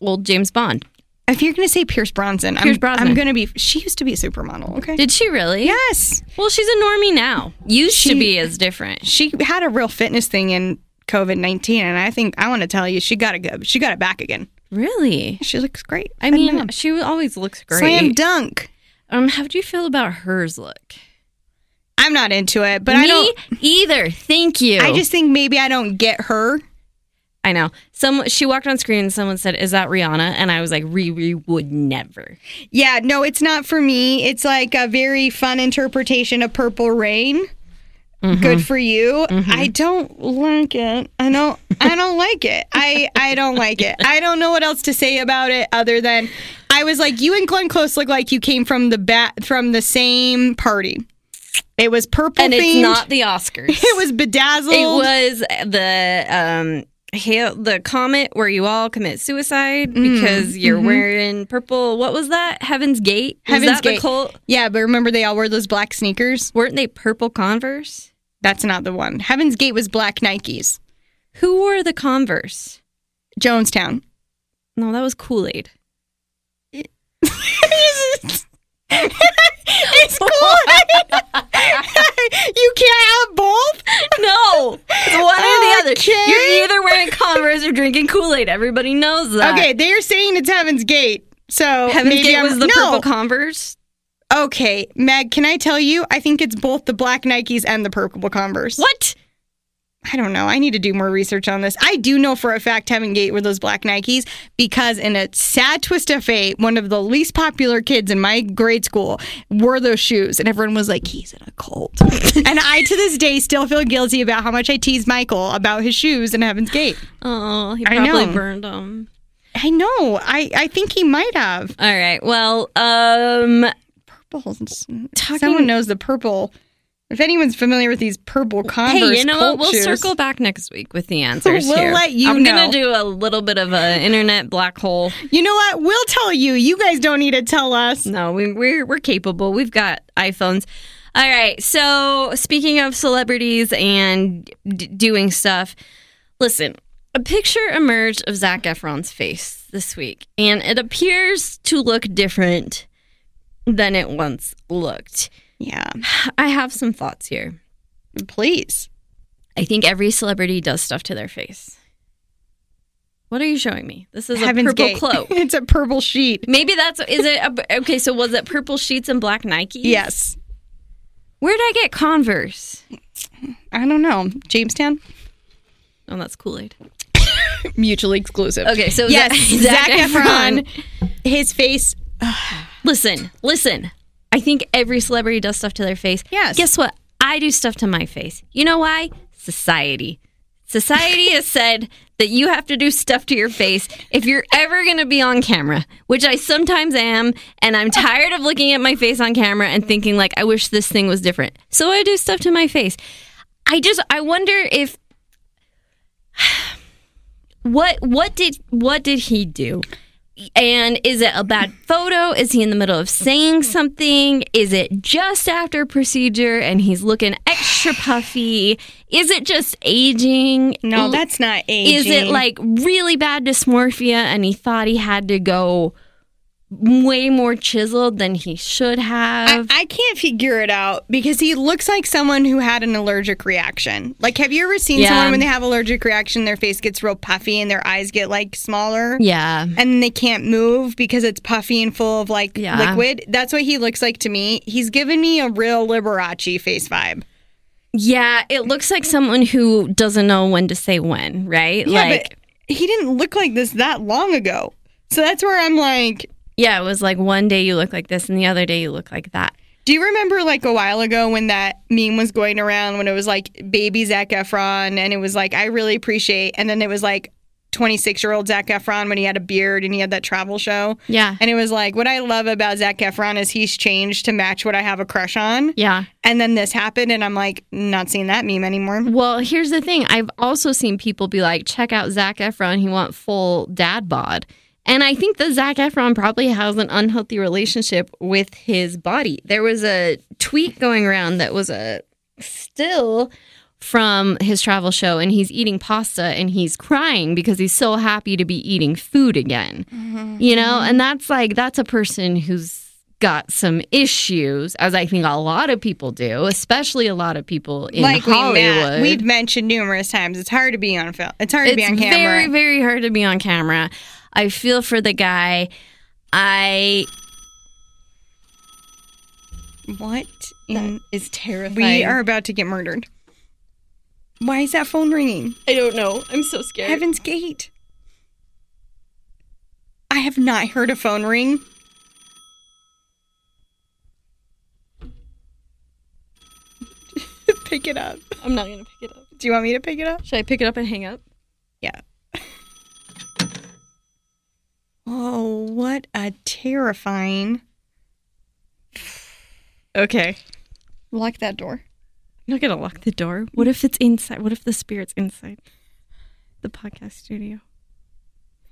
[SPEAKER 1] old James Bond.
[SPEAKER 2] If you're gonna say Pierce Bronson,
[SPEAKER 1] Pierce
[SPEAKER 2] I'm,
[SPEAKER 1] Brosnan.
[SPEAKER 2] I'm gonna be. She used to be a supermodel. Okay.
[SPEAKER 1] Did she really?
[SPEAKER 2] yes,
[SPEAKER 1] Well, she's a normie now. Used
[SPEAKER 2] She-
[SPEAKER 1] to be as different.
[SPEAKER 2] she had a real fitness thing in COVID nineteen, and I think I want to tell you she got it. go- She got it back again.
[SPEAKER 1] Really?
[SPEAKER 2] She looks great.
[SPEAKER 1] I
[SPEAKER 2] know.
[SPEAKER 1] mean, she always looks great.
[SPEAKER 2] slam dunk.
[SPEAKER 1] Um, how do you feel about hers look?
[SPEAKER 2] I'm not into it, but
[SPEAKER 1] Me
[SPEAKER 2] I don't.
[SPEAKER 1] either. Thank you.
[SPEAKER 2] I just think maybe I don't get her.
[SPEAKER 1] I know. Some she walked on screen and someone said, "Is that Rihanna?" And I was like, "Riri would never."
[SPEAKER 2] Yeah, no, it's not for me. It's like a very fun interpretation of Purple Rain.
[SPEAKER 1] Mm-hmm.
[SPEAKER 2] Good for you. I don't like it. I don't I don't like it. I I don't like it. I don't know what else to say about it other than I was like you and Glenn Close look like you came from the bat from the same party. It was purple
[SPEAKER 1] And it's
[SPEAKER 2] themed.
[SPEAKER 1] not the Oscars.
[SPEAKER 2] *laughs* it was bedazzled.
[SPEAKER 1] It was the um hail, the comet where you all commit suicide because you're wearing purple. What was that? mm-hmm. Heaven's Gate. Was
[SPEAKER 2] Heaven's
[SPEAKER 1] that
[SPEAKER 2] Gate.
[SPEAKER 1] The cult?
[SPEAKER 2] Yeah, but remember they all wore those black sneakers?
[SPEAKER 1] Weren't they purple Converse?
[SPEAKER 2] That's not the one. Heaven's Gate was black Nikes.
[SPEAKER 1] Who wore the Converse?
[SPEAKER 2] Jonestown.
[SPEAKER 1] No, that was Kool Aid.
[SPEAKER 2] it's cool. you can't have both.
[SPEAKER 1] *laughs* No, it's one or the other.
[SPEAKER 2] Okay.
[SPEAKER 1] You're either wearing Converse or drinking Kool Aid. Everybody knows that.
[SPEAKER 2] Okay, they're saying it's Heaven's Gate. So
[SPEAKER 1] Heaven's
[SPEAKER 2] maybe
[SPEAKER 1] Gate
[SPEAKER 2] I'm,
[SPEAKER 1] was the
[SPEAKER 2] no.
[SPEAKER 1] purple Converse.
[SPEAKER 2] okay, Meg, can I tell you? I think it's both the black Nikes and the purple Converse.
[SPEAKER 1] What?
[SPEAKER 2] I don't know. I need to do more research on this. I do know for a fact Heaven Gate were those black Nikes because, in a sad twist of fate, one of the least popular kids in my grade school wore those shoes, and everyone was like, "He's in a cult." *laughs* and I, to this day, still feel guilty about how much I teased Michael about his shoes in Heaven's Gate.
[SPEAKER 1] Oh, he
[SPEAKER 2] I
[SPEAKER 1] probably
[SPEAKER 2] know.
[SPEAKER 1] burned them.
[SPEAKER 2] I know. I I think he might have
[SPEAKER 1] All right. Well, um,
[SPEAKER 2] purples.
[SPEAKER 1] Talking-
[SPEAKER 2] Someone knows the purple. If anyone's familiar with these purple Converse,
[SPEAKER 1] hey, you know what?
[SPEAKER 2] cult
[SPEAKER 1] We'll
[SPEAKER 2] shoes-
[SPEAKER 1] circle back next week with *laughs* the answers.
[SPEAKER 2] We'll
[SPEAKER 1] here.
[SPEAKER 2] let you
[SPEAKER 1] I'm
[SPEAKER 2] know.
[SPEAKER 1] gonna do a little bit of a internet black hole.
[SPEAKER 2] You know what? We'll tell you. You guys don't need to tell us.
[SPEAKER 1] No, we, we're we're capable. We've got iPhones. All right. So speaking of celebrities and d- doing stuff, listen. A picture emerged of Zach Efron's face this week, and it appears to look different than it once looked. *sighs*
[SPEAKER 2] Yeah,
[SPEAKER 1] I have some thoughts here.
[SPEAKER 2] please.
[SPEAKER 1] I think every celebrity does stuff to their face. What are you showing me? This is
[SPEAKER 2] Heaven's
[SPEAKER 1] a purple
[SPEAKER 2] Gate.
[SPEAKER 1] cloak.
[SPEAKER 2] *laughs* it's a purple sheet.
[SPEAKER 1] Maybe that's is it a, okay? So was it purple sheets and black Nike?
[SPEAKER 2] Yes.
[SPEAKER 1] Where'd I get Converse?
[SPEAKER 2] I don't know. Jamestown?
[SPEAKER 1] Oh, that's Kool Aid.
[SPEAKER 2] Mutually exclusive.
[SPEAKER 1] Okay, so
[SPEAKER 2] Yes,
[SPEAKER 1] *laughs*
[SPEAKER 2] Zac,
[SPEAKER 1] Zac
[SPEAKER 2] Efron. His face.
[SPEAKER 1] Listen, listen. I think every celebrity does stuff to their face.
[SPEAKER 2] Yes.
[SPEAKER 1] Guess what? I do stuff to my face. You know why? Society. Society has said that you have to do stuff to your face if you're ever going to be on camera, which I sometimes am, and I'm tired of looking at my face on camera and thinking like I wish this thing was different. So I do stuff to my face. I just I wonder if *sighs* what what did what did he do? And is it a bad photo? Is he in the middle of saying something? Is it just after procedure and he's looking
[SPEAKER 2] *sighs*
[SPEAKER 1] extra puffy? Is it just aging?
[SPEAKER 2] No,
[SPEAKER 1] L-
[SPEAKER 2] that's not aging.
[SPEAKER 1] Is it like really bad dysmorphia and he thought he had to go way more chiseled than he should
[SPEAKER 2] I,
[SPEAKER 1] have?
[SPEAKER 2] I can't figure it out because he looks like someone who had an allergic reaction. Like, have you ever seen
[SPEAKER 1] Yeah.
[SPEAKER 2] someone when they have allergic reaction, their face gets real puffy and their eyes get like smaller,
[SPEAKER 1] yeah.
[SPEAKER 2] and they can't move because it's puffy and full of like
[SPEAKER 1] Yeah.
[SPEAKER 2] liquid? That's what he looks like to me. He's given me a real Liberace face vibe.
[SPEAKER 1] Yeah, it looks like someone who doesn't know when to say when, right?
[SPEAKER 2] Yeah,
[SPEAKER 1] like
[SPEAKER 2] but he didn't look like this that long ago. So that's where I'm like,
[SPEAKER 1] yeah, it was like one day you look like this and the other day you look like that.
[SPEAKER 2] do you remember like a while ago when that meme was going around when it was like baby Zac Efron and it was like, I really appreciate, and then it was like 26 year old Zac Efron when he had a beard and he had that travel show.
[SPEAKER 1] Yeah.
[SPEAKER 2] And it was like, what I love about Zac Efron is he's changed to match what I have a crush on.
[SPEAKER 1] Yeah.
[SPEAKER 2] And then this happened, and I'm like, not seeing that meme anymore.
[SPEAKER 1] Well, here's the thing. I've also seen people be like, check out Zach Efron. He want full dad bod. And I think that Zach Efron probably has an unhealthy relationship with his body. There was a tweet going around that was a still from his travel show, and he's eating pasta and he's crying because he's so happy to be eating food again.
[SPEAKER 2] Mm-hmm.
[SPEAKER 1] You know, and that's like, that's a person who's got some issues, as I think a lot of people do, especially a lot of people in
[SPEAKER 2] like
[SPEAKER 1] Hollywood.
[SPEAKER 2] we met, we've mentioned numerous times, it's hard to be on film. It's hard to be on
[SPEAKER 1] It's
[SPEAKER 2] camera.
[SPEAKER 1] very, very hard to be on camera. I feel for the guy. I
[SPEAKER 2] What? In,
[SPEAKER 1] is terrified.
[SPEAKER 2] we are about to get murdered. Why is that phone ringing?
[SPEAKER 1] I don't know. I'm so scared.
[SPEAKER 2] Heaven's Gate. I have not heard a phone ring. *laughs* pick it up.
[SPEAKER 1] I'm not gonna pick it up.
[SPEAKER 2] Do you want me to pick it up?
[SPEAKER 1] Should I pick it up and hang up?
[SPEAKER 2] Yeah. *laughs* Oh, what a terrifying.
[SPEAKER 1] Okay.
[SPEAKER 2] Lock that door.
[SPEAKER 1] I'm not gonna lock the door. What if it's inside? What if the spirit's inside the podcast studio?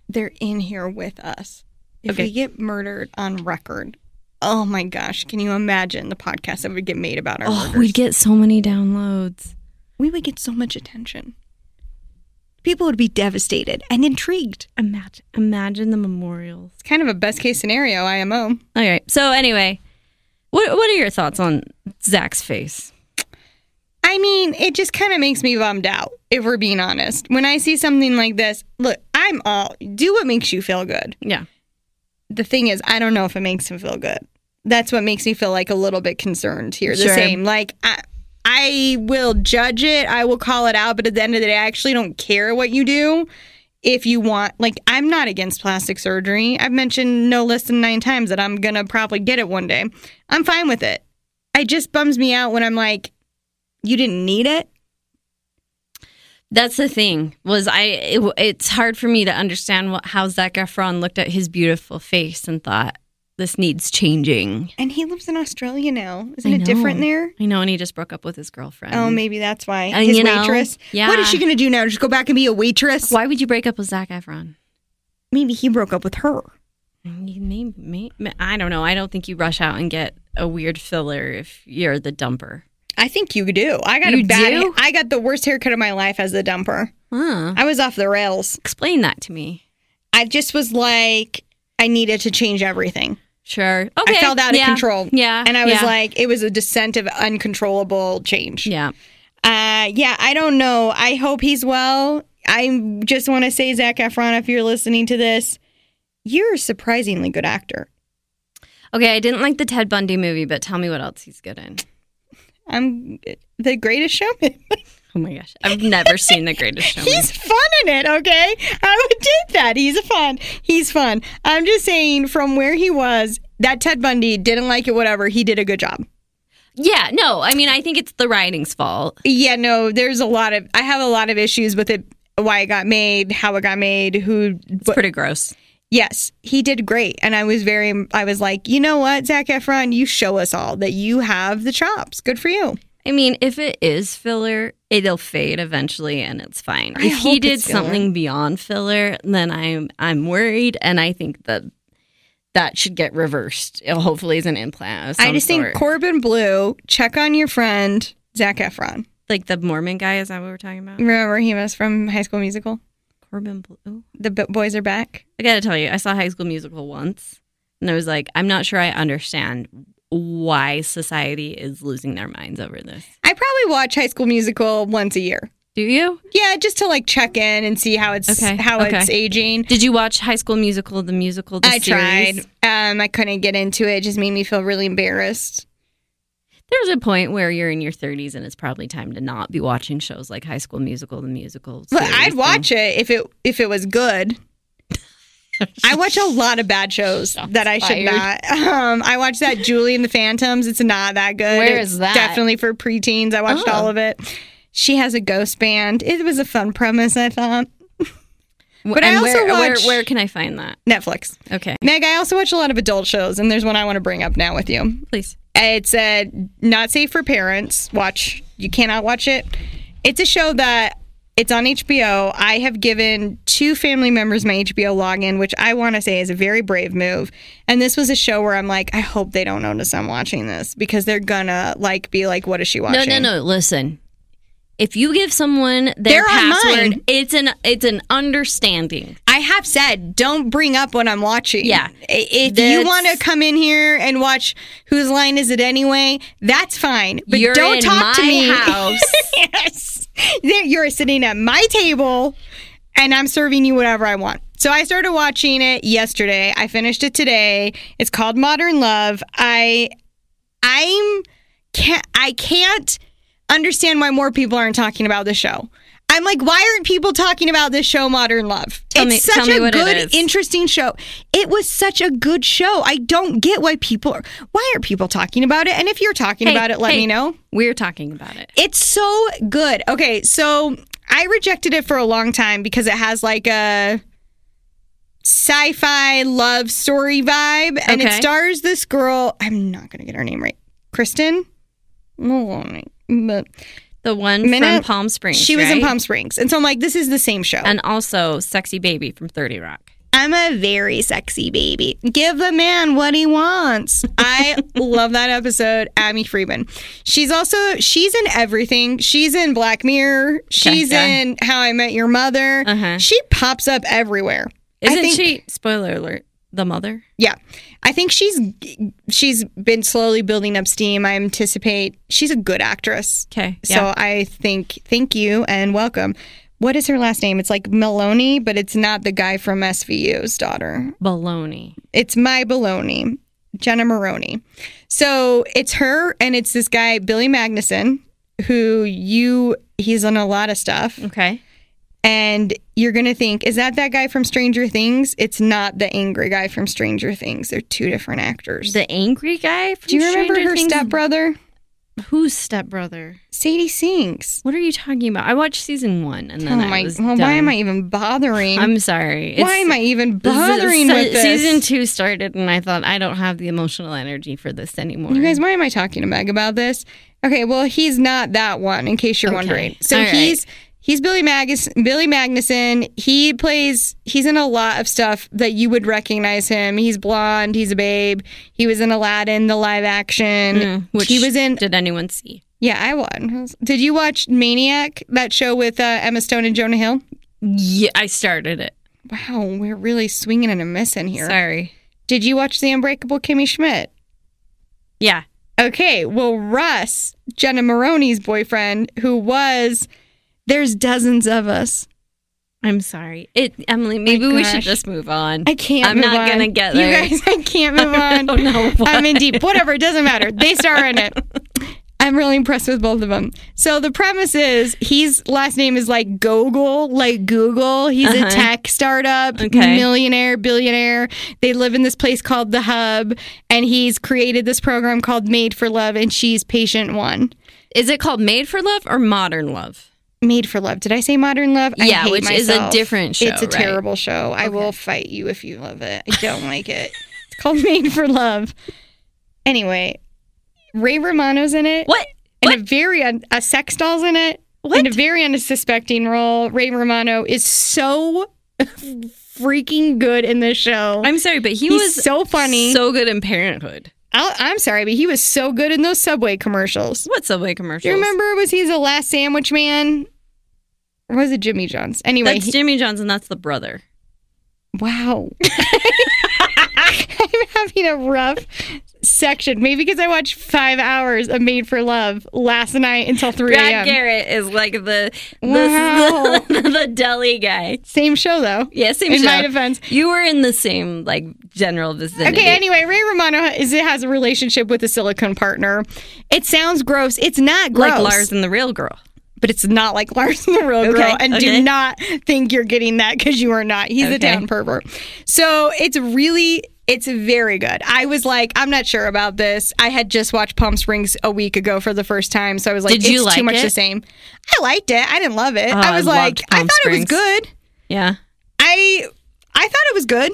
[SPEAKER 2] They're in here with us. If
[SPEAKER 1] Okay.
[SPEAKER 2] we get murdered on record, oh my gosh, can you imagine the podcast that would get made about our
[SPEAKER 1] Oh,
[SPEAKER 2] murders?
[SPEAKER 1] we'd get so many downloads.
[SPEAKER 2] we would get so much attention. People would be devastated and intrigued.
[SPEAKER 1] Imagine, imagine the memorials.
[SPEAKER 2] It's kind of a best case scenario, IMO.
[SPEAKER 1] All right. So anyway, what what are your thoughts on Zach's face?
[SPEAKER 2] I mean, it just kind of makes me bummed out, if we're being honest. When I see something like this, look, I'm all do what makes you feel good.
[SPEAKER 1] Yeah.
[SPEAKER 2] The thing is, I don't know if it makes him feel good. That's what makes me feel like a little bit concerned here. The
[SPEAKER 1] Sure.
[SPEAKER 2] same. Like, I, I will judge it, I will call it out, but at the end of the day, I actually don't care what you do. If you want, like, I'm not against plastic surgery. I've mentioned no less than nine times that I'm going to probably get it one day. I'm fine with it. It just bums me out when I'm like, you didn't need it.
[SPEAKER 1] That's the thing was I. It, it's hard for me to understand what, how Zac Efron looked at his beautiful face and thought this needs changing.
[SPEAKER 2] And he lives in Australia now. Isn't
[SPEAKER 1] I
[SPEAKER 2] it different
[SPEAKER 1] know.
[SPEAKER 2] there?
[SPEAKER 1] I know, and he just broke up with his girlfriend.
[SPEAKER 2] Oh, maybe that's why.
[SPEAKER 1] Uh,
[SPEAKER 2] His
[SPEAKER 1] you know,
[SPEAKER 2] waitress.
[SPEAKER 1] yeah.
[SPEAKER 2] What is she going to do now? Just go back and be a waitress?
[SPEAKER 1] Why would you break up with Zac Efron?
[SPEAKER 2] Maybe he broke up with her.
[SPEAKER 1] Maybe, I don't know. I don't think you rush out and get a weird filler if you're the dumper.
[SPEAKER 2] I think you do. I got a
[SPEAKER 1] You
[SPEAKER 2] bad.
[SPEAKER 1] do?
[SPEAKER 2] I got the worst haircut of my life as the dumper.
[SPEAKER 1] Huh.
[SPEAKER 2] I was off the rails.
[SPEAKER 1] Explain that to me.
[SPEAKER 2] I just was like, I needed to change everything.
[SPEAKER 1] Sure. Okay.
[SPEAKER 2] I felt out
[SPEAKER 1] Yeah.
[SPEAKER 2] of control.
[SPEAKER 1] Yeah.
[SPEAKER 2] And I was
[SPEAKER 1] Yeah.
[SPEAKER 2] like, it was a descent of uncontrollable change.
[SPEAKER 1] yeah.
[SPEAKER 2] Uh, yeah, I don't know. I hope he's well. I just want to say, Zach Efron, if you're listening to this, you're a surprisingly good actor.
[SPEAKER 1] Okay, I didn't like the Ted Bundy movie, but tell me what else he's good in.
[SPEAKER 2] I'm the greatest showman.
[SPEAKER 1] Oh my *laughs* gosh, I've never seen The Greatest Showman.
[SPEAKER 2] he's fun in it, okay? I would do that. He's fun. He's fun. I'm just saying, from where he was, that Ted Bundy didn't like it, whatever. He did a good job.
[SPEAKER 1] yeah, no, I mean, I think it's the writing's fault.
[SPEAKER 2] Yeah, no, there's a lot of, I have a lot of issues with it, why it got made, how it got made, who,
[SPEAKER 1] It's pretty gross.
[SPEAKER 2] Yes, he did great. And I was very, I was like, you know what, Zach Efron, you show us all that you have the chops. Good for you.
[SPEAKER 1] I mean, if it is filler, it'll fade eventually, and it's fine.
[SPEAKER 2] I
[SPEAKER 1] if he
[SPEAKER 2] hope
[SPEAKER 1] did
[SPEAKER 2] it's filler.
[SPEAKER 1] something beyond filler, then I'm I'm worried, and I think that that should get reversed. It hopefully, is an implant. Of some
[SPEAKER 2] I just
[SPEAKER 1] sort.
[SPEAKER 2] think Corbin Blue, check on your friend, Zach Efron.
[SPEAKER 1] like the Mormon guy. Is that what we're talking about?
[SPEAKER 2] Remember he was from High School Musical?
[SPEAKER 1] Corbin Blue.
[SPEAKER 2] The B- Boys Are Back?
[SPEAKER 1] I gotta tell you, I saw High School Musical once, and I was like, I'm not sure I understand why society is losing their minds over this.
[SPEAKER 2] I probably watch High School Musical once a year.
[SPEAKER 1] Do you?
[SPEAKER 2] Yeah, just to like check in and see how it's
[SPEAKER 1] Okay,
[SPEAKER 2] how
[SPEAKER 1] okay.
[SPEAKER 2] it's aging.
[SPEAKER 1] Did you watch High School Musical, the musical? The
[SPEAKER 2] I tried.
[SPEAKER 1] series?
[SPEAKER 2] Um, I couldn't get into it. It just made me feel really embarrassed.
[SPEAKER 1] There's a point where you're in your 30s and it's probably time to not be watching shows like High School Musical, the musical.
[SPEAKER 2] But
[SPEAKER 1] series
[SPEAKER 2] I'd
[SPEAKER 1] thing.
[SPEAKER 2] watch it if it if it was good. I watch a lot of bad shows
[SPEAKER 3] Shots
[SPEAKER 2] that I should
[SPEAKER 3] fired.
[SPEAKER 2] not. Um, I watched that Julie and the Phantoms. It's not that good.
[SPEAKER 3] Where
[SPEAKER 2] It's
[SPEAKER 3] is that?
[SPEAKER 2] Definitely for preteens. I watched
[SPEAKER 3] Oh.
[SPEAKER 2] all of it. She has a ghost band. It was a fun premise. I thought
[SPEAKER 1] W-
[SPEAKER 2] but I
[SPEAKER 1] and
[SPEAKER 2] also
[SPEAKER 1] where, where-
[SPEAKER 2] watch-
[SPEAKER 1] Where, can I find that?
[SPEAKER 2] Netflix.
[SPEAKER 1] Okay,
[SPEAKER 2] Meg, I also watch a lot of adult shows, and there's one I want to bring up now with you.
[SPEAKER 1] please.
[SPEAKER 2] It's a not safe for parents. Watch. You cannot watch it. It's a show that it's on HBO. I have given two family members my HBO login, which I want to say is a very brave move. And this was a show where I'm like, I hope they don't notice I'm watching this because they're gonna like be like, what is she
[SPEAKER 1] No,
[SPEAKER 2] watching?
[SPEAKER 1] no, no. Listen. If you give someone their
[SPEAKER 2] They're on
[SPEAKER 1] password,
[SPEAKER 2] mine.
[SPEAKER 1] it's an it's an understanding.
[SPEAKER 2] I have said, don't bring up what I'm watching.
[SPEAKER 1] Yeah.
[SPEAKER 2] I- If you
[SPEAKER 1] That's-
[SPEAKER 2] want to come in here and watch Whose Line Is It Anyway, that's fine. But
[SPEAKER 1] You're
[SPEAKER 2] don't
[SPEAKER 1] in
[SPEAKER 2] talk to
[SPEAKER 1] my
[SPEAKER 2] me. *laughs*
[SPEAKER 1] house.
[SPEAKER 2] yes. There- You're sitting at my table and I'm serving you whatever I want. So I started watching it yesterday. I finished it today. It's called Modern Love. I I'm can't I can't understand why more people aren't talking about the show. I'm like, why aren't people talking about this show, Modern Love?
[SPEAKER 1] Tell
[SPEAKER 2] it's
[SPEAKER 1] me-
[SPEAKER 2] such
[SPEAKER 1] tell me
[SPEAKER 2] a
[SPEAKER 1] what it
[SPEAKER 2] good,
[SPEAKER 1] is.
[SPEAKER 2] interesting show. It was such a good show. I don't get why people are. Why aren't people talking about it? And if you're talking
[SPEAKER 1] Hey,
[SPEAKER 2] about it, let
[SPEAKER 1] hey,
[SPEAKER 2] me know.
[SPEAKER 1] *laughs* We're talking about it.
[SPEAKER 2] It's so good. Okay, so I rejected it for a long time because it has like a sci-fi love story vibe, and it
[SPEAKER 1] Okay.
[SPEAKER 2] stars this girl. I'm not gonna get her name right. Kristen. Maloney, But
[SPEAKER 1] The one from
[SPEAKER 2] Minute-
[SPEAKER 1] Palm Springs.
[SPEAKER 2] she was in
[SPEAKER 1] right?
[SPEAKER 2] Palm Springs, and so I'm like, this is the same show.
[SPEAKER 1] and also Sexy Baby from 30 Rock.
[SPEAKER 2] I'm a very sexy baby. Give the man what he wants.
[SPEAKER 1] *laughs*
[SPEAKER 2] I love that episode. Amy Freeman. She's also she's in everything. She's in Black Mirror. She's
[SPEAKER 1] yeah.
[SPEAKER 2] in How I Met Your Mother.
[SPEAKER 1] Uh-huh.
[SPEAKER 2] She pops up everywhere. I
[SPEAKER 1] Isn't
[SPEAKER 2] think-
[SPEAKER 1] she, spoiler alert, the mother?
[SPEAKER 2] Yeah, I think she's she's been slowly building up steam. I anticipate she's a good actress.
[SPEAKER 1] Okay.
[SPEAKER 2] So I think thank you and welcome. What is her last name? It's like Maloney, but it's not the guy from SVU's daughter.
[SPEAKER 1] Baloney.
[SPEAKER 2] It's my baloney, Jenna Maroney. So it's her and it's this guy, Billy Magnuson, who you, he's on a lot of stuff.
[SPEAKER 1] Okay.
[SPEAKER 2] And you're going to think, is that that guy from Stranger Things? It's not the angry guy from Stranger Things. They're two different actors.
[SPEAKER 1] The angry guy from
[SPEAKER 2] Do you remember
[SPEAKER 1] Stranger
[SPEAKER 2] her
[SPEAKER 1] Things?
[SPEAKER 2] stepbrother?
[SPEAKER 1] Whose stepbrother?
[SPEAKER 2] Sadie Sinks.
[SPEAKER 1] What are you talking about? I watched season one and
[SPEAKER 2] Oh
[SPEAKER 1] then I
[SPEAKER 2] my,
[SPEAKER 1] was
[SPEAKER 2] well,
[SPEAKER 1] done.
[SPEAKER 2] why am I even bothering?
[SPEAKER 1] I'm sorry. It's-
[SPEAKER 2] why am I even
[SPEAKER 1] this is-
[SPEAKER 2] bothering
[SPEAKER 1] se-
[SPEAKER 2] with this?
[SPEAKER 1] Season two started and I thought, I don't have the emotional energy for this anymore.
[SPEAKER 2] You guys, why am I talking to Meg about this? Okay, well, he's not that one, in case you're
[SPEAKER 1] Okay.
[SPEAKER 2] wondering. So
[SPEAKER 1] All right.
[SPEAKER 2] he's he's Billy Magus Billy Magnuson. He plays he's in a lot of stuff that you would recognize him. He's blonde, he's a babe. He was in Aladdin, the live action.
[SPEAKER 1] Mm, which
[SPEAKER 2] he was in
[SPEAKER 1] Did anyone see?
[SPEAKER 2] Yeah, I won. Did you watch Maniac, that show with uh, Emma Stone and Jonah Hill?
[SPEAKER 1] Yeah, I started it.
[SPEAKER 2] Wow, we're really swinging and a missing here.
[SPEAKER 1] Sorry.
[SPEAKER 2] Did you watch The Unbreakable Kimmy Schmidt?
[SPEAKER 1] Yeah.
[SPEAKER 2] Okay, well, Russ, Jenna Maroney's boyfriend, who was, there's dozens of us.
[SPEAKER 3] I'm sorry.
[SPEAKER 1] It, Emily, maybe we should
[SPEAKER 2] gosh.
[SPEAKER 1] just move on.
[SPEAKER 2] I can't.
[SPEAKER 1] I'm
[SPEAKER 2] move
[SPEAKER 1] not
[SPEAKER 2] on.
[SPEAKER 1] gonna get there.
[SPEAKER 2] You guys,
[SPEAKER 1] *laughs*
[SPEAKER 2] I can't move on.
[SPEAKER 1] don't know why.
[SPEAKER 2] I'm in deep. Whatever, it doesn't matter. They star
[SPEAKER 1] *laughs*
[SPEAKER 2] in it. I'm really impressed with both of them. So the premise is his last name is like Gogol, like Google. He's a tech startup,
[SPEAKER 1] Uh-huh. Okay.
[SPEAKER 2] millionaire, billionaire. They live in this place called the Hub, and he's created this program called Made for Love, and she's patient one.
[SPEAKER 1] Is it called Made for Love or Modern Love?
[SPEAKER 2] Made for Love. Did I say Modern Love? I
[SPEAKER 1] Yeah,
[SPEAKER 2] hate
[SPEAKER 1] which is a
[SPEAKER 2] myself.
[SPEAKER 1] different show,
[SPEAKER 2] It's a
[SPEAKER 1] right?
[SPEAKER 2] terrible show. I will fight you if you love it. I don't like it. It's called Made for Love. Anyway, Ray Romano's in it.
[SPEAKER 1] What?
[SPEAKER 2] And a very un- a sex doll's in it. What? In a very unsuspecting role. Ray Romano is so freaking good in this show.
[SPEAKER 1] I'm sorry, but he
[SPEAKER 2] He's
[SPEAKER 1] was
[SPEAKER 2] so funny.
[SPEAKER 1] so good in Parenthood.
[SPEAKER 2] I'll, I'm sorry, but he was so good in those Subway commercials.
[SPEAKER 1] What subway commercials?
[SPEAKER 2] Do you remember? Was he the last sandwich man? Or was it Jimmy John's? Anyway,
[SPEAKER 1] That's
[SPEAKER 2] he-
[SPEAKER 1] Jimmy Johnson. That's the brother. *laughs*
[SPEAKER 2] Wow. *laughs* I'm having a rough section. Maybe because I watched five hours of Made for Love last night until 3
[SPEAKER 1] Brad
[SPEAKER 2] a.m.
[SPEAKER 1] Garrett is like the the,
[SPEAKER 2] Wow.
[SPEAKER 1] *laughs* the, the deli guy.
[SPEAKER 2] Same show, though.
[SPEAKER 1] Yeah, same
[SPEAKER 2] in
[SPEAKER 1] show.
[SPEAKER 2] my defense.
[SPEAKER 1] You were in the same like general vicinity.
[SPEAKER 2] Okay, anyway, Ray Romano is, has a relationship with a silicone partner. It sounds gross. It's not gross.
[SPEAKER 1] like Lars and the Real Girl.
[SPEAKER 2] But it's not like Lars *laughs* and the Real Girl.
[SPEAKER 1] Okay,
[SPEAKER 2] and
[SPEAKER 1] okay.
[SPEAKER 2] do not think you're getting that because you are not. He's a
[SPEAKER 1] Okay.
[SPEAKER 2] town pervert. So it's really, it's very good. I was like, I'm not sure about this. I had just watched Palm Springs a week ago for the first time. So I was like,
[SPEAKER 1] Did
[SPEAKER 2] it's
[SPEAKER 1] you
[SPEAKER 2] too
[SPEAKER 1] like
[SPEAKER 2] much the
[SPEAKER 1] it? Oh,
[SPEAKER 2] same. I liked it. I didn't love it. I
[SPEAKER 1] I
[SPEAKER 2] was
[SPEAKER 1] loved
[SPEAKER 2] like, I
[SPEAKER 1] Palm
[SPEAKER 2] thought
[SPEAKER 1] Springs.
[SPEAKER 2] it was good.
[SPEAKER 1] Yeah.
[SPEAKER 2] I, I thought it was good.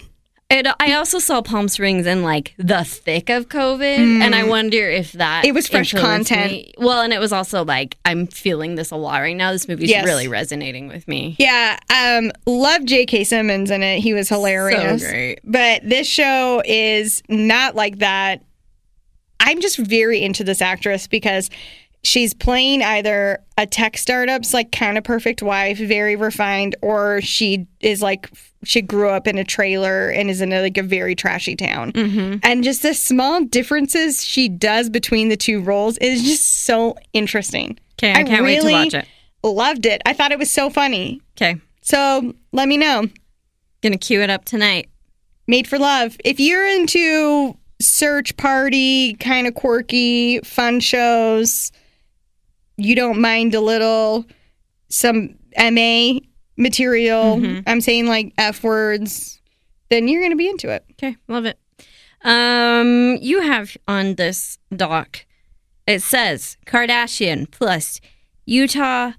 [SPEAKER 1] It, I also saw Palm Springs in like the thick of COVID, and I wonder if that
[SPEAKER 2] Mm. It was fresh
[SPEAKER 1] influenced
[SPEAKER 2] content.
[SPEAKER 1] me. Well, and it was also like I'm feeling this a lot right now. This movie's
[SPEAKER 2] Yes.
[SPEAKER 1] really resonating with me.
[SPEAKER 2] Yeah, um, love J.K. Simmons in it. He was hilarious.
[SPEAKER 1] So great.
[SPEAKER 2] But this show is not like that. I'm just very into this actress because she's playing either a tech startup's like kind of perfect wife, very refined, or she is like she grew up in a trailer and is in a, like a very trashy town. And just the small differences she does between the two roles is just so interesting.
[SPEAKER 1] Okay, I, can't wait to watch it.
[SPEAKER 2] Loved it. I thought it was so funny.
[SPEAKER 1] Okay,
[SPEAKER 2] So let me know.
[SPEAKER 1] gonna cue it up tonight.
[SPEAKER 2] Made for Love. If you're into search party, kind of quirky, fun shows, you don't mind a little some MA material, I'm saying like F words, then you're going to be into it.
[SPEAKER 1] Okay, love it. Um, you have on this doc, it says Kardashian plus Utah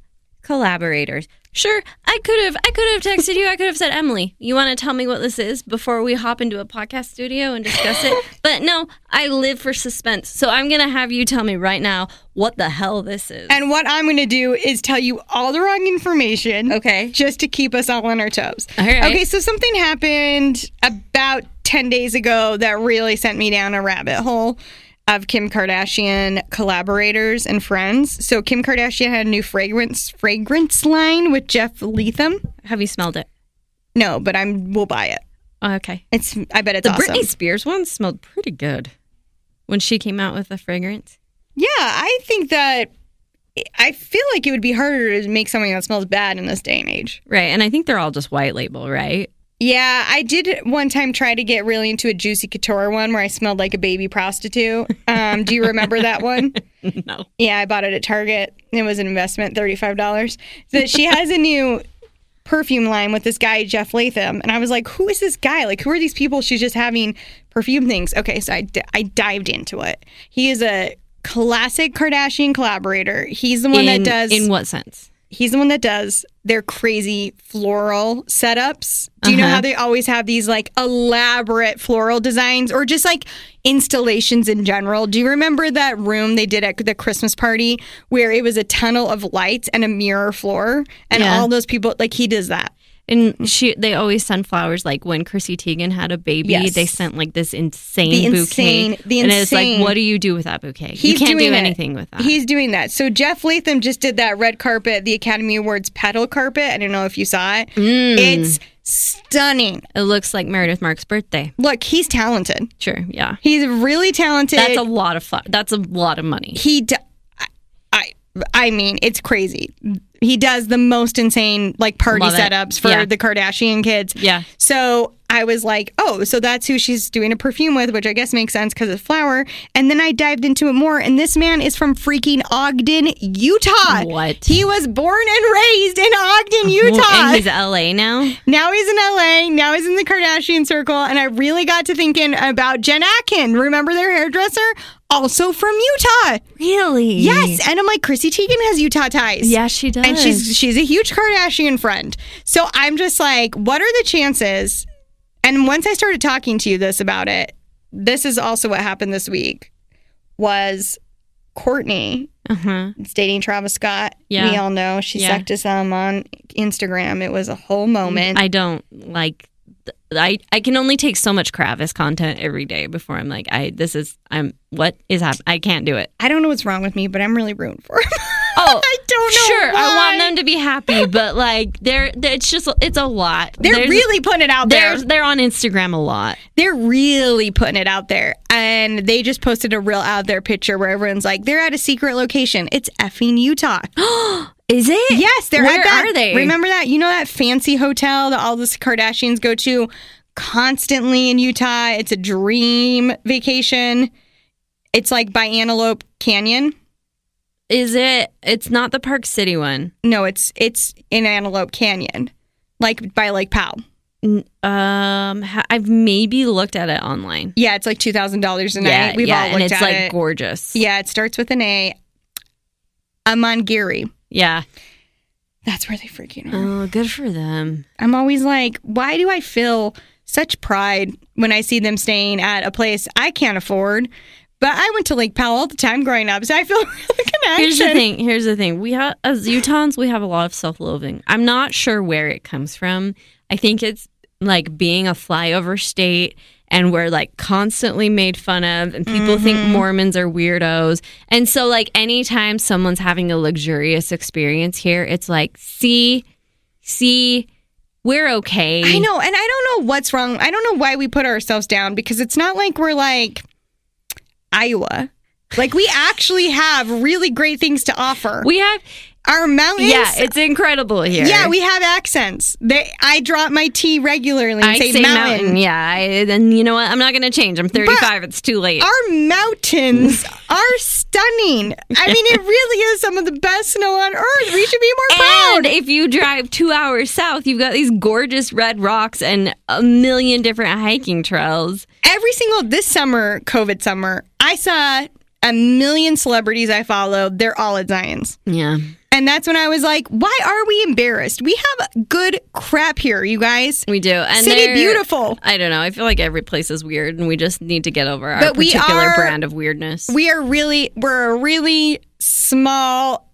[SPEAKER 1] collaborators. Sure, I could have, I could have texted you. I could have said, Emily, you want to tell me what this is before we hop into a podcast studio and discuss
[SPEAKER 2] *laughs*
[SPEAKER 1] it. But no, I live for suspense, so I'm gonna have you tell me right now what the hell this is.
[SPEAKER 2] And what I'm going to do is tell you all the wrong information.
[SPEAKER 1] Okay.
[SPEAKER 2] Just to keep us all on our toes.
[SPEAKER 1] All right.
[SPEAKER 2] Okay, so something happened about 10 days ago that really sent me down a rabbit hole of Kim Kardashian collaborators and friends. So Kim Kardashian had a new fragrance fragrance line with Jeff Lethem.
[SPEAKER 1] Have you smelled it?
[SPEAKER 2] No, but I'm we'll buy it.
[SPEAKER 1] Oh, okay.
[SPEAKER 2] It's I bet it's
[SPEAKER 1] The
[SPEAKER 2] awesome.
[SPEAKER 1] Britney Spears one smelled pretty good when she came out with the fragrance.
[SPEAKER 2] yeah, I think that I feel like it would be harder to make something that smells bad in this day and age.
[SPEAKER 1] Right, and I think they're all just white label, right?
[SPEAKER 2] Yeah, I did one time try to get really into a Juicy Couture one where I smelled like a baby prostitute. Um, do you remember
[SPEAKER 1] *laughs*
[SPEAKER 2] that one?
[SPEAKER 1] No.
[SPEAKER 2] Yeah, I bought it at Target. It was an investment, $35. That she has a new perfume line with this guy, Jeff Latham. And I was like, who is this guy? Like, who are these people? She's just having perfume things. Okay, so I, di- I dived into it. He is a classic Kardashian collaborator. He's the one
[SPEAKER 1] in,
[SPEAKER 2] that does
[SPEAKER 1] in what sense?
[SPEAKER 2] he's the one that does their crazy floral setups. Do you know
[SPEAKER 1] Uh-huh.
[SPEAKER 2] how they always have these like elaborate floral designs or just like installations in general? Do you remember that room they did at the Christmas party where it was a tunnel of lights and a mirror floor and
[SPEAKER 1] Yeah.
[SPEAKER 2] all those people like he does that.
[SPEAKER 1] And she, they always send flowers. Like when Chrissy Teigen had a baby,
[SPEAKER 2] Yes.
[SPEAKER 1] they sent like this insane
[SPEAKER 2] The
[SPEAKER 1] bouquet.
[SPEAKER 2] insane- the
[SPEAKER 1] And it's like,
[SPEAKER 2] insane-
[SPEAKER 1] what do you do with that bouquet? you
[SPEAKER 2] He's
[SPEAKER 1] can't
[SPEAKER 2] doing
[SPEAKER 1] do
[SPEAKER 2] it.
[SPEAKER 1] anything with that.
[SPEAKER 2] He's doing that. So Jeff Latham just did that red carpet, the Academy Awards petal carpet. I don't know if you saw it.
[SPEAKER 1] Mm.
[SPEAKER 2] It's stunning.
[SPEAKER 1] it looks like Meredith Marks' birthday.
[SPEAKER 2] Look, he's talented.
[SPEAKER 1] Sure, yeah,
[SPEAKER 2] He's really talented.
[SPEAKER 1] that's a lot of fla- that's a lot of money.
[SPEAKER 2] he d- I, I I mean it's crazy He does the most insane like party
[SPEAKER 1] Love it.
[SPEAKER 2] setups for
[SPEAKER 1] Yeah.
[SPEAKER 2] the Kardashian kids.
[SPEAKER 1] Yeah.
[SPEAKER 2] So I was like, oh, so that's who she's doing a perfume with, which I guess makes sense because it's flower. And then I dived into it more, and this man is from freaking Ogden, Utah.
[SPEAKER 1] What? Oh,
[SPEAKER 2] He was born and raised in Ogden, Utah.
[SPEAKER 1] And he's LA now.
[SPEAKER 2] Now he's in LA. Now he's in the Kardashian circle. And I really got to thinking about Jen Atkin. Remember their hairdresser? Also from Utah.
[SPEAKER 1] Really?
[SPEAKER 2] Yes. And I'm like, Chrissy Teigen has Utah ties.
[SPEAKER 1] Yeah, she does.
[SPEAKER 2] And she's she's a huge Kardashian friend. So I'm just like, what are the chances? And once I started talking to you this about it, this is also what happened this week was Courtney
[SPEAKER 1] uh-huh.
[SPEAKER 2] is dating Travis Scott.
[SPEAKER 1] Yeah.
[SPEAKER 2] We all know she
[SPEAKER 1] Yeah.
[SPEAKER 2] sucked his thumb on Instagram. It was a whole moment.
[SPEAKER 1] Mm, I don't like. th- I, I can only take so much Kravis content every day before I'm like I this is I'm what is happening I can't do it.
[SPEAKER 2] I don't know what's wrong with me, but I'm really rooting for him.
[SPEAKER 1] Oh,
[SPEAKER 2] *laughs* I don't know.
[SPEAKER 1] sure, I
[SPEAKER 2] why.
[SPEAKER 1] want them to be
[SPEAKER 2] *laughs*
[SPEAKER 1] happy, but like they're, they're- it's just it's a lot.
[SPEAKER 2] They're
[SPEAKER 1] There's-
[SPEAKER 2] really putting it out there.
[SPEAKER 1] they're they're on Instagram a lot.
[SPEAKER 2] They're really putting it out there. And they just posted a real out there picture where everyone's like, they're at a secret location. It's effing Utah.
[SPEAKER 1] *gasps* Is it?
[SPEAKER 2] yes, they're
[SPEAKER 1] Where
[SPEAKER 2] at that.
[SPEAKER 1] are they?
[SPEAKER 2] Remember that? You know that fancy hotel that all the Kardashians go to constantly in Utah? It's a dream vacation. It's like by Antelope Canyon.
[SPEAKER 1] Is it? It's not the Park City one.
[SPEAKER 2] No, it's it's in Antelope Canyon, like by Lake Powell.
[SPEAKER 1] N- Um, ha- I've maybe looked at it online.
[SPEAKER 2] Yeah, it's like two thousand dollars a night.
[SPEAKER 1] yeah,
[SPEAKER 2] We've
[SPEAKER 1] yeah,
[SPEAKER 2] all looked
[SPEAKER 1] and it's
[SPEAKER 2] at
[SPEAKER 1] like
[SPEAKER 2] it.
[SPEAKER 1] gorgeous.
[SPEAKER 2] yeah, it starts with an A. Amangiri.
[SPEAKER 1] yeah.
[SPEAKER 2] That's where they freaking are.
[SPEAKER 1] Oh, good for them.
[SPEAKER 2] I'm always like, why do I feel such pride when I see them staying at a place I can't afford? But I went to Lake Powell all the time growing up, so I feel *laughs* a connection.
[SPEAKER 1] Here's the thing. Here's the thing. We have as Utahns, we have a lot of self-loathing. I'm not sure where it comes from. I think it's like being a flyover state, and we're like constantly made fun of, and people think
[SPEAKER 2] Mm-hmm.
[SPEAKER 1] Mormons are weirdos. And so, like, anytime someone's having a luxurious experience here, it's like, see, see, we're okay.
[SPEAKER 2] I know, and I don't know what's wrong. I don't know why we put ourselves down because it's not like we're like Iowa. Like we actually have really great things to offer.
[SPEAKER 1] We have,
[SPEAKER 2] Our mountains
[SPEAKER 1] yeah, it's incredible here.
[SPEAKER 2] Yeah, we have accents. They, I drop my T regularly and
[SPEAKER 1] I
[SPEAKER 2] say,
[SPEAKER 1] say
[SPEAKER 2] mountain.
[SPEAKER 1] mountain. Yeah, I, then you know what? I'm not going to change. I'm 35. it's too late.
[SPEAKER 2] Our mountains are stunning. I mean, it really is some of the best snow on earth. We should be more
[SPEAKER 1] And
[SPEAKER 2] proud.
[SPEAKER 1] if you drive two hours south, you've got these gorgeous red rocks and a million different hiking trails.
[SPEAKER 2] Every single this summer, COVID summer, I saw a million celebrities I followed. They're all at Zion's.
[SPEAKER 1] Yeah.
[SPEAKER 2] And that's when I was like, why are we embarrassed? We have good crap here, you guys.
[SPEAKER 1] We do. And
[SPEAKER 2] City
[SPEAKER 1] they're-
[SPEAKER 2] beautiful.
[SPEAKER 1] I don't know. I feel like every place is weird and we just need to get over our
[SPEAKER 2] But we
[SPEAKER 1] particular
[SPEAKER 2] are-
[SPEAKER 1] brand of weirdness.
[SPEAKER 2] we are really we're a really small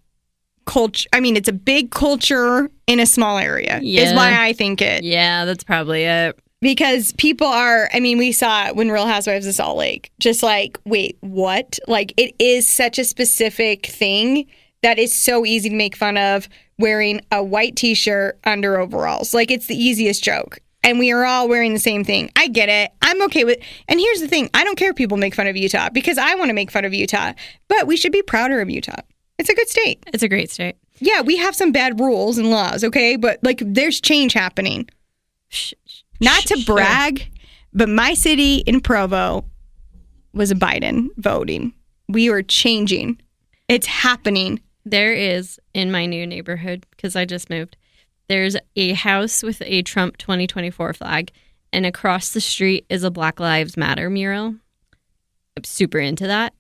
[SPEAKER 2] culture i mean it's a big culture in a small area is
[SPEAKER 1] Yeah.
[SPEAKER 2] why i think it
[SPEAKER 1] yeah, that's probably it.
[SPEAKER 2] because people are i mean we saw it when real housewives of salt lake just like wait what like it is such a specific thing that is so easy to make fun of wearing a white t-shirt under overalls like it's the easiest joke and we are all wearing the same thing i get it i'm okay with and here's the thing i don't care if people make fun of utah because i want to make fun of utah but we should be prouder of utah it's a good state
[SPEAKER 1] It's a great state.
[SPEAKER 2] yeah we have some bad rules and laws okay but like there's change happening
[SPEAKER 1] Sh- sh-
[SPEAKER 2] not
[SPEAKER 1] sh-
[SPEAKER 2] to
[SPEAKER 1] sure.
[SPEAKER 2] brag, but my city in Provo was a Biden voting. We were changing. It's happening.
[SPEAKER 1] There is in my new neighborhood because I just moved. There's a house with a Trump 2024 flag, and across the street is a Black Lives Matter mural. I'm super into that.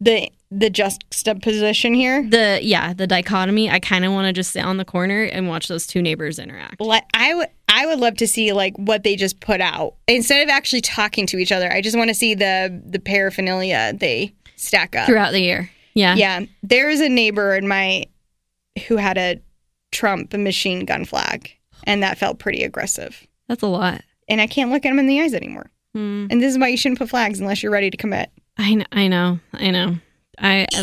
[SPEAKER 2] The the juxtaposition here.
[SPEAKER 1] The yeah, the dichotomy. I kind of want to just sit on the corner and watch those two neighbors interact.
[SPEAKER 2] Like I would I would love to see like what they just put out instead of actually talking to each other. I just want to see the the paraphernalia they stack up.
[SPEAKER 1] Throughout the year. Yeah.
[SPEAKER 2] Yeah, there is a neighbor in my who had a Trump machine gun flag, and that felt pretty aggressive.
[SPEAKER 1] That's a lot.
[SPEAKER 2] And I can't look at him in the eyes anymore.
[SPEAKER 1] Hmm.
[SPEAKER 2] And this is why you shouldn't put flags unless you're ready to commit.
[SPEAKER 1] I, kn- I know. I know. I uh, you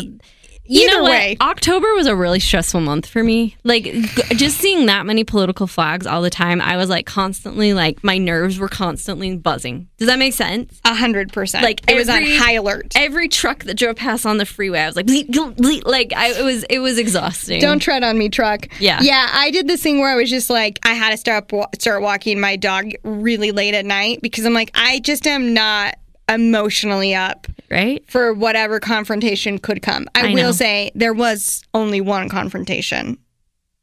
[SPEAKER 2] E-, Either
[SPEAKER 1] know what?
[SPEAKER 2] way.
[SPEAKER 1] October was a really stressful month for me. Like g- just seeing that many political flags all the time, I was like constantly like my nerves were constantly buzzing. Does that make sense?
[SPEAKER 2] A hundred percent.
[SPEAKER 1] Like
[SPEAKER 2] it was on
[SPEAKER 1] every-
[SPEAKER 2] high alert.
[SPEAKER 1] Every truck that drove past on the freeway, I was like, bleep, bleep, bleep. like I it was it was exhausting.
[SPEAKER 2] Don't tread on me, truck.
[SPEAKER 1] Yeah.
[SPEAKER 2] Yeah, I did this thing where I was just like, I had to stop wa- start walking my dog really late at night because I'm like, I just am not emotionally up
[SPEAKER 1] right?
[SPEAKER 2] for whatever confrontation could come. I,
[SPEAKER 1] I
[SPEAKER 2] will
[SPEAKER 1] know.
[SPEAKER 2] say there was only one confrontation.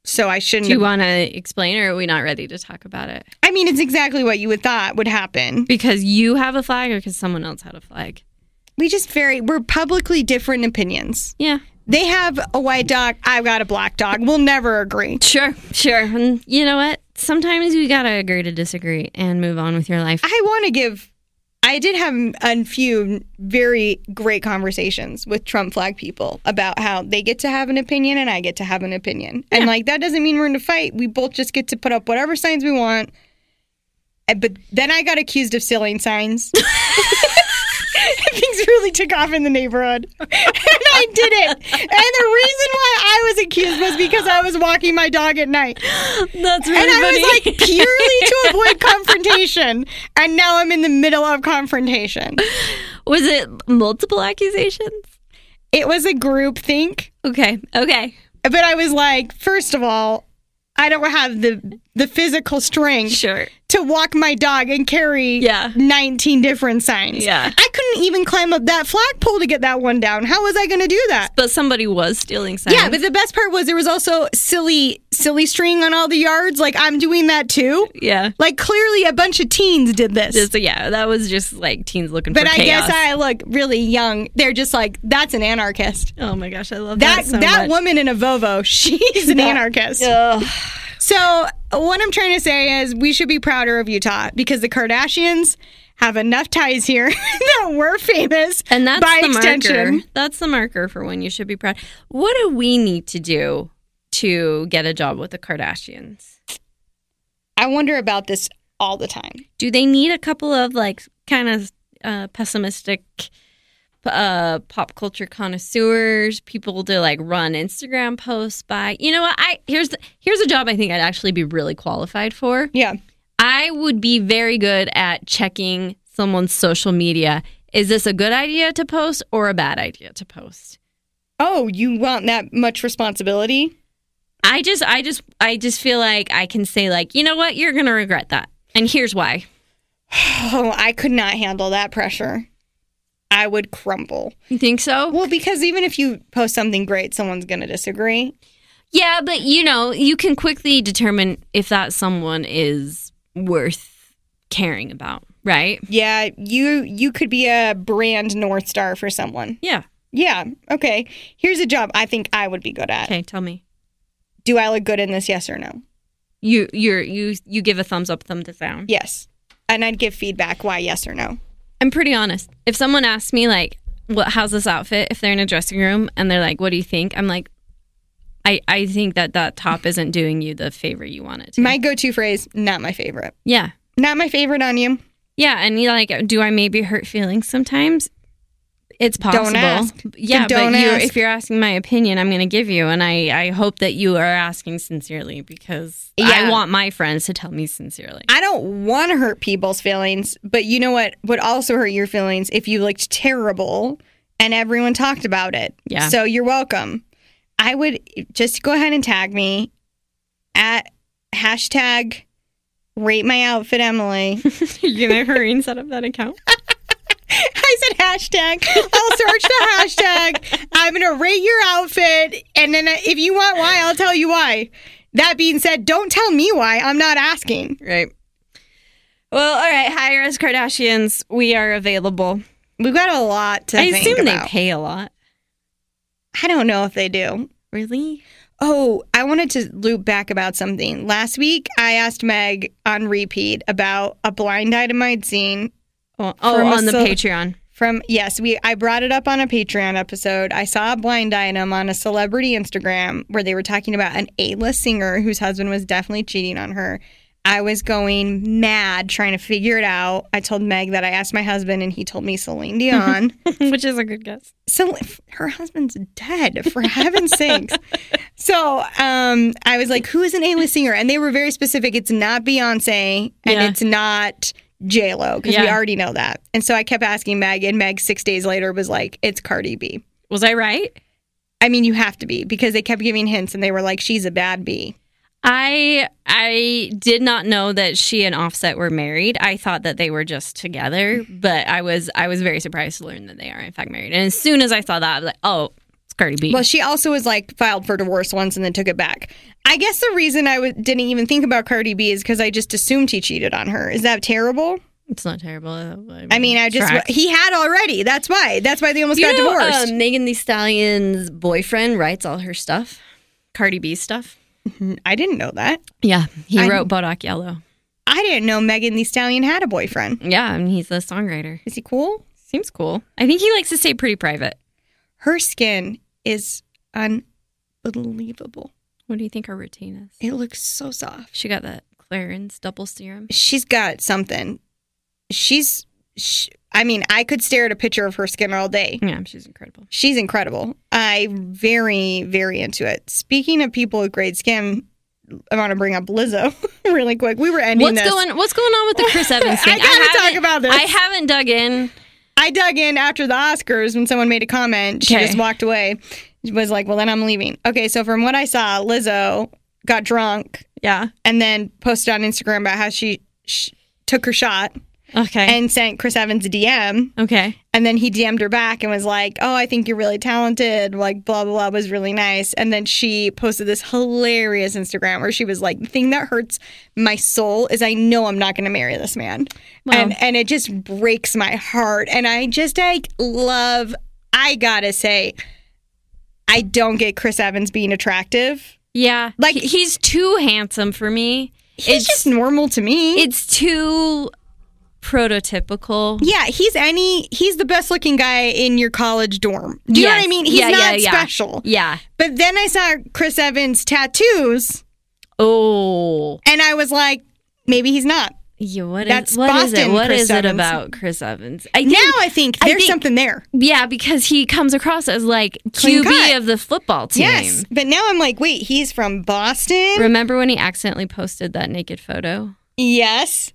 [SPEAKER 2] So I shouldn't
[SPEAKER 1] Do you
[SPEAKER 2] have,
[SPEAKER 1] want to explain, or are we not ready to talk about it?
[SPEAKER 2] I mean it's exactly what you would thought would happen.
[SPEAKER 1] Because you have a flag, or because someone else had a flag?
[SPEAKER 2] We just very we're publicly different in opinions.
[SPEAKER 1] Yeah,
[SPEAKER 2] They have a white dog, I've got a black dog. We'll never agree.
[SPEAKER 1] sure, sure. And you know what? Sometimes you gotta agree to disagree and move on with your life.
[SPEAKER 2] I want to give. I did have a few very great conversations with Trump flag people about how they get to have an opinion and I get to have an opinion. And like that doesn't mean we're in a fight. We both just get to put up whatever signs we want. And- But then I got accused of stealing signs. *laughs* Things really took off in the neighborhood. *laughs* And I did it. And the reason why I was accused was because I was walking my dog at night.
[SPEAKER 1] *laughs* That's really
[SPEAKER 2] And I was like purely to *laughs* avoid confrontation. And now I'm in the middle of confrontation.
[SPEAKER 1] Was it multiple accusations?
[SPEAKER 2] It was a group think,
[SPEAKER 1] Okay. Okay.
[SPEAKER 2] but I was like, first of all, I don't have the the physical strength
[SPEAKER 1] Sure.
[SPEAKER 2] to walk my dog and carry
[SPEAKER 1] Yeah.
[SPEAKER 2] 19 different signs.
[SPEAKER 1] Yeah.
[SPEAKER 2] I couldn't even climb up that flagpole to get that one down. How was I going to do that?
[SPEAKER 1] But somebody was stealing signs.
[SPEAKER 2] Yeah, but the best part was there was also silly silly string on all the yards. Like I'm doing that too.
[SPEAKER 1] yeah.
[SPEAKER 2] Like clearly a bunch of teens did this.
[SPEAKER 1] Just yeah, that was just like teens looking
[SPEAKER 2] But
[SPEAKER 1] for
[SPEAKER 2] I
[SPEAKER 1] chaos.
[SPEAKER 2] guess I look really young. They're just like, that's an anarchist.
[SPEAKER 1] oh my gosh, I love
[SPEAKER 2] That
[SPEAKER 1] that.
[SPEAKER 2] that, woman in a Volvo, *laughs* she's an anarchist. So what I'm trying to say is we should be prouder of Utah because the Kardashians have enough ties here *laughs* that we're famous.
[SPEAKER 1] and that's
[SPEAKER 2] by
[SPEAKER 1] the
[SPEAKER 2] extension.
[SPEAKER 1] marker. That's the marker for when you should be proud. What do we need to do to get a job with the Kardashians?
[SPEAKER 2] I wonder about this all the time.
[SPEAKER 1] Do they need a couple of like kind of uh, pessimistic uh, pop culture connoisseurs, people to like run Instagram posts by? You know what? I here's here's a job I think I'd actually be really qualified for.
[SPEAKER 2] Yeah.
[SPEAKER 1] I would be very good at checking someone's social media. Is this a good idea to post or a bad idea to post?
[SPEAKER 2] Oh, you want that much responsibility?
[SPEAKER 1] I just I just I just feel like I can say like, you know what, you're going to regret that. And here's why.
[SPEAKER 2] Oh, I could not handle that pressure. I would crumble.
[SPEAKER 1] You think so?
[SPEAKER 2] Well, because even if you post something great, someone's going to disagree.
[SPEAKER 1] Yeah, but you know, you can quickly determine if that someone is worth caring about, right?
[SPEAKER 2] Yeah, you you could be a brand north star for someone.
[SPEAKER 1] Yeah.
[SPEAKER 2] Yeah, okay. Here's a job I think I would be good at.
[SPEAKER 1] Okay, tell me.
[SPEAKER 2] Do I look good in this? Yes or no?
[SPEAKER 1] You you're you you give a thumbs up, thumbs down.
[SPEAKER 2] Yes. And I'd give feedback why yes or no.
[SPEAKER 1] I'm pretty honest. If someone asks me like, "What? How's this outfit?" If they're in a dressing room and they're like, "What do you think?" I'm like, "I I think that that top isn't doing you the favor you want it to."
[SPEAKER 2] My go-to phrase, not my favorite.
[SPEAKER 1] yeah,
[SPEAKER 2] Not my favorite on you.
[SPEAKER 1] yeah, and you like, do I maybe hurt feelings sometimes? It's possible.
[SPEAKER 2] ask.
[SPEAKER 1] Yeah,
[SPEAKER 2] Don't
[SPEAKER 1] but you're,
[SPEAKER 2] ask.
[SPEAKER 1] if you're asking my opinion, I'm going to give you, and I I hope that you are asking sincerely because
[SPEAKER 2] Yeah.
[SPEAKER 1] I want my friends to tell me *laughs* sincerely.
[SPEAKER 2] I don't want to hurt people's feelings, but you know what would also hurt your feelings if you looked terrible and everyone talked about it.
[SPEAKER 1] Yeah.
[SPEAKER 2] So you're welcome. I would just go ahead and tag me at hashtag rate my outfit Emily. *laughs*
[SPEAKER 1] you're going to hurry and set up that account.
[SPEAKER 2] I said hashtag. I'll search the hashtag. I'm gonna rate your outfit, and then if you want why, I'll tell you why. That being said, don't tell me why. I'm not asking.
[SPEAKER 1] Right. Well, all right. Hire us, Kardashians. We are available.
[SPEAKER 2] We've got a lot to
[SPEAKER 1] I
[SPEAKER 2] think
[SPEAKER 1] assume
[SPEAKER 2] about.
[SPEAKER 1] they pay a lot.
[SPEAKER 2] I don't know if they do.
[SPEAKER 1] Really?
[SPEAKER 2] Oh, I wanted to loop back about something. Last week, I asked Meg on repeat about a blind item I'd seen
[SPEAKER 1] Oh,
[SPEAKER 2] For
[SPEAKER 1] on the
[SPEAKER 2] muscle-
[SPEAKER 1] Patreon.
[SPEAKER 2] from yes, we I brought it up on a Patreon episode. I saw a blind item on a celebrity Instagram where they were talking about an A-list singer whose husband was definitely cheating on her. I was going mad trying to figure it out. I told Meg that I asked my husband, and he told me Celine Dion.
[SPEAKER 1] *laughs* which is a good guess.
[SPEAKER 2] so if her husband's dead for heaven's sakes so um i was like who is an a-list singer and they were very specific it's not beyonce and
[SPEAKER 1] Yeah.
[SPEAKER 2] it's not j-lo because we
[SPEAKER 1] Yeah.
[SPEAKER 2] already know that and so i kept asking meg and meg six days later was like it's cardi b
[SPEAKER 1] Was I right?
[SPEAKER 2] i mean you have to be because they kept giving hints and they were like she's a bad bee
[SPEAKER 1] I I did not know that she and Offset were married. I thought that they were just together, but I was I was very surprised to learn that they are in fact married. And as soon as I saw that, I was like, "Oh, it's Cardi B."
[SPEAKER 2] well she also was like filed for divorce once and then took it back i guess the reason I w- didn't even think about cardi b is because i just assumed he cheated on her is that terrible
[SPEAKER 1] it's not terrible. mean,
[SPEAKER 2] I mean, I just
[SPEAKER 1] tracks.
[SPEAKER 2] he had already. That's why. That's why they almost
[SPEAKER 1] you
[SPEAKER 2] got
[SPEAKER 1] know,
[SPEAKER 2] divorced.
[SPEAKER 1] uh, Megan the Stallion's boyfriend writes all her stuff, Cardi B stuff.
[SPEAKER 2] I didn't know that.
[SPEAKER 1] Yeah, he
[SPEAKER 2] I-
[SPEAKER 1] wrote Bodak Yellow.
[SPEAKER 2] I didn't know Megan the Stallion had a boyfriend.
[SPEAKER 1] Yeah, and he's a songwriter.
[SPEAKER 2] Is he cool?
[SPEAKER 1] Seems cool. I think he likes to stay pretty private.
[SPEAKER 2] Her skin is unbelievable.
[SPEAKER 1] What do you think her routine is?
[SPEAKER 2] It looks so soft.
[SPEAKER 1] She got that Clarins double serum.
[SPEAKER 2] She's got something. She's. She, I mean, I could stare at a picture of her skin all day.
[SPEAKER 1] Yeah, she's incredible.
[SPEAKER 2] She's incredible. I very, very into it. Speaking of people with great skin, I want to bring up Lizzo *laughs* really quick. We were ending
[SPEAKER 1] What's
[SPEAKER 2] this.
[SPEAKER 1] going What's going on with the Chris Evans thing?
[SPEAKER 2] *laughs* I gotta talk
[SPEAKER 1] haven't-
[SPEAKER 2] about this.
[SPEAKER 1] I haven't dug in.
[SPEAKER 2] I dug in after the Oscars when someone made a comment. She
[SPEAKER 1] Okay.
[SPEAKER 2] just walked away. She was like, well, then I'm leaving. Okay, so from what I saw, Lizzo got drunk
[SPEAKER 1] Yeah.
[SPEAKER 2] and then posted on Instagram about how she, sh took her shot
[SPEAKER 1] Okay.
[SPEAKER 2] and sent Chris Evans a DM.
[SPEAKER 1] okay.
[SPEAKER 2] And then he DM'd her back and was like, oh, I think you're really talented. Like, blah, blah, blah, was really nice. And then she posted this hilarious Instagram where she was like, the thing that hurts my soul is I know I'm not going to marry this man. and, and it just breaks my heart. And I just like love, I got to say, I don't get Chris Evans being attractive.
[SPEAKER 1] Yeah.
[SPEAKER 2] Like-
[SPEAKER 1] Like he's too handsome for me.
[SPEAKER 2] He's
[SPEAKER 1] it's
[SPEAKER 2] just normal to me.
[SPEAKER 1] it's too prototypical.
[SPEAKER 2] yeah, he's any, he's the best looking guy in your college dorm. Do you know what I
[SPEAKER 1] Yes.
[SPEAKER 2] mean? He's
[SPEAKER 1] Yeah,
[SPEAKER 2] not
[SPEAKER 1] yeah, yeah.
[SPEAKER 2] special.
[SPEAKER 1] Yeah.
[SPEAKER 2] But then I saw Chris Evans' tattoos,
[SPEAKER 1] Oh.
[SPEAKER 2] and I was like, maybe he's not.
[SPEAKER 1] Yeah. What is
[SPEAKER 2] That's
[SPEAKER 1] what is
[SPEAKER 2] Boston
[SPEAKER 1] it? What
[SPEAKER 2] Chris
[SPEAKER 1] is it
[SPEAKER 2] Evans.
[SPEAKER 1] about Chris Evans? I think,
[SPEAKER 2] Now I think
[SPEAKER 1] I
[SPEAKER 2] there's
[SPEAKER 1] think-
[SPEAKER 2] something there.
[SPEAKER 1] Yeah, because he comes across as like
[SPEAKER 2] Clean
[SPEAKER 1] QB
[SPEAKER 2] cut.
[SPEAKER 1] of the football team.
[SPEAKER 2] Yes, but now I'm like, wait, he's from Boston.
[SPEAKER 1] Remember when he accidentally posted that naked photo?
[SPEAKER 2] yes,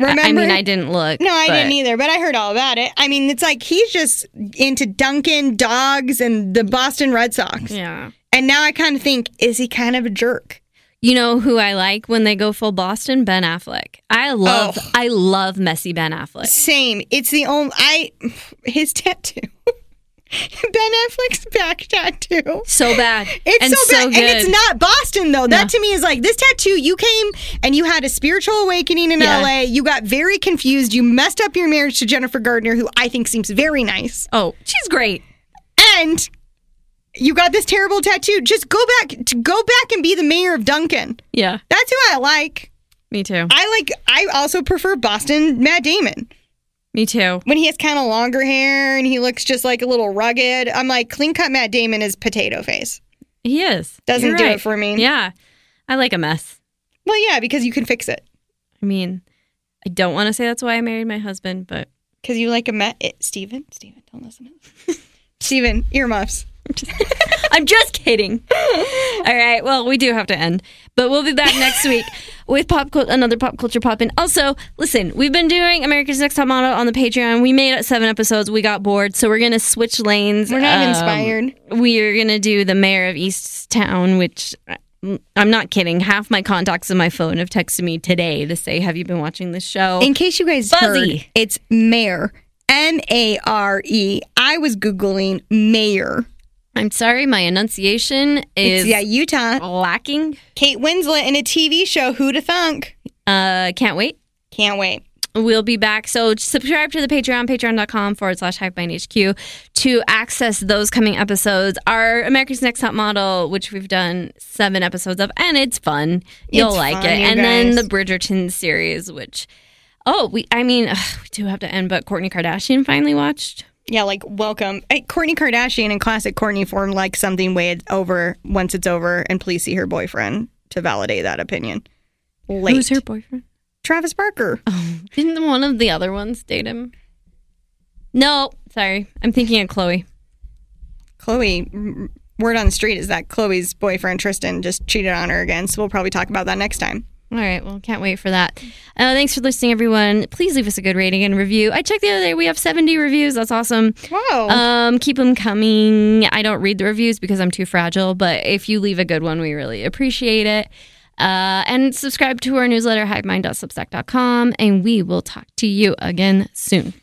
[SPEAKER 1] I-
[SPEAKER 2] remember?
[SPEAKER 1] I mean, I didn't look.
[SPEAKER 2] no, I
[SPEAKER 1] but-
[SPEAKER 2] didn't either, but I heard all about it. I mean, it's like he's just into Dunkin' dogs and the Boston Red Sox.
[SPEAKER 1] Yeah.
[SPEAKER 2] And now I kind of think, is he kind of a jerk?
[SPEAKER 1] You know who I like when they go full Boston? Ben Affleck. I love
[SPEAKER 2] Oh.
[SPEAKER 1] I love messy Ben Affleck.
[SPEAKER 2] Same. It's the only I *sighs* his tattoo. *laughs* ben Affleck's back tattoo.
[SPEAKER 1] So bad.
[SPEAKER 2] It's
[SPEAKER 1] and
[SPEAKER 2] so bad.
[SPEAKER 1] good.
[SPEAKER 2] And it's not Boston, though. That to me is like this tattoo. You came and you had a spiritual awakening in
[SPEAKER 1] Yeah.
[SPEAKER 2] LA. You got very confused. You messed up your marriage to Jennifer Gardner, who I think seems very nice.
[SPEAKER 1] oh, she's great.
[SPEAKER 2] And you got this terrible tattoo. Just go back to go back and be the mayor of Duncan.
[SPEAKER 1] Yeah,
[SPEAKER 2] That's who I like.
[SPEAKER 1] me too.
[SPEAKER 2] I like I also prefer Boston Matt Damon.
[SPEAKER 1] Me too.
[SPEAKER 2] When he has kind of longer hair and he looks just like a little rugged. I'm like clean cut Matt Damon is potato face.
[SPEAKER 1] He is.
[SPEAKER 2] Doesn't
[SPEAKER 1] You're
[SPEAKER 2] do
[SPEAKER 1] right.
[SPEAKER 2] it for me.
[SPEAKER 1] Yeah. I like a mess.
[SPEAKER 2] Well, yeah, because you can fix it.
[SPEAKER 1] I mean, I don't want to say that's why I married my husband, but
[SPEAKER 2] Because you like a met it, Steven. Steven, don't listen to this. *laughs* Steven, earmuffs.
[SPEAKER 1] *laughs* I'm just kidding. All right. Well, we do have to end, but we'll be
[SPEAKER 2] *laughs*
[SPEAKER 1] back next week with pop cul- another pop culture pop in. Also, listen, we've been doing America's Next Top Model on the Patreon. We made it seven episodes. We got bored, so we're gonna switch lanes.
[SPEAKER 2] We're not inspired.
[SPEAKER 1] We're gonna do the mayor of Easttown, which. uh, I'm not kidding. Half my contacts on my phone have texted me today to say, "Have you been watching this show?"
[SPEAKER 2] In case you guys
[SPEAKER 1] Fuzzy.
[SPEAKER 2] heard, it's mayor. M A R E. I was Googling mayor.
[SPEAKER 1] I'm sorry, my enunciation
[SPEAKER 2] It's
[SPEAKER 1] is
[SPEAKER 2] yeah, Utah.
[SPEAKER 1] lacking.
[SPEAKER 2] Kate Winslet in a TV show, Who to Thunk.
[SPEAKER 1] Uh, can't wait.
[SPEAKER 2] Can't wait.
[SPEAKER 1] We'll be back. So subscribe to the Patreon, patreon.com forward slash hypebindhq to access those coming episodes. Our America's Next Top Model, which we've done seven episodes of, and it's fun. You'll
[SPEAKER 2] It's
[SPEAKER 1] like
[SPEAKER 2] fun,
[SPEAKER 1] it.
[SPEAKER 2] you
[SPEAKER 1] And then
[SPEAKER 2] guys.
[SPEAKER 1] the Bridgerton series, which, oh, we, I mean, ugh, we do have to end, but Courtney Kardashian finally watched.
[SPEAKER 2] Yeah, like welcome. Courtney Kardashian in classic Courtney form, like something way over once it's over, and please see her boyfriend to validate that opinion. late.
[SPEAKER 1] Who's her boyfriend?
[SPEAKER 2] Travis Barker.
[SPEAKER 3] Didn't one of the other ones date him?
[SPEAKER 1] No, sorry. I'm thinking of Chloe.
[SPEAKER 2] Chloe, m- word on the street is that Chloe's boyfriend, Tristan, just cheated on her again. So we'll probably talk about that next time.
[SPEAKER 1] All right. Well, can't wait for that. Uh, thanks for listening, everyone. Please leave us a good rating and review. I checked the other day. We have 70 reviews. That's awesome.
[SPEAKER 2] Whoa.
[SPEAKER 1] Um, keep them coming. I don't read the reviews because I'm too fragile, but if you leave a good one, we really appreciate it. Uh, and subscribe to our newsletter, hivemind.substack.com, and we will talk to you again soon.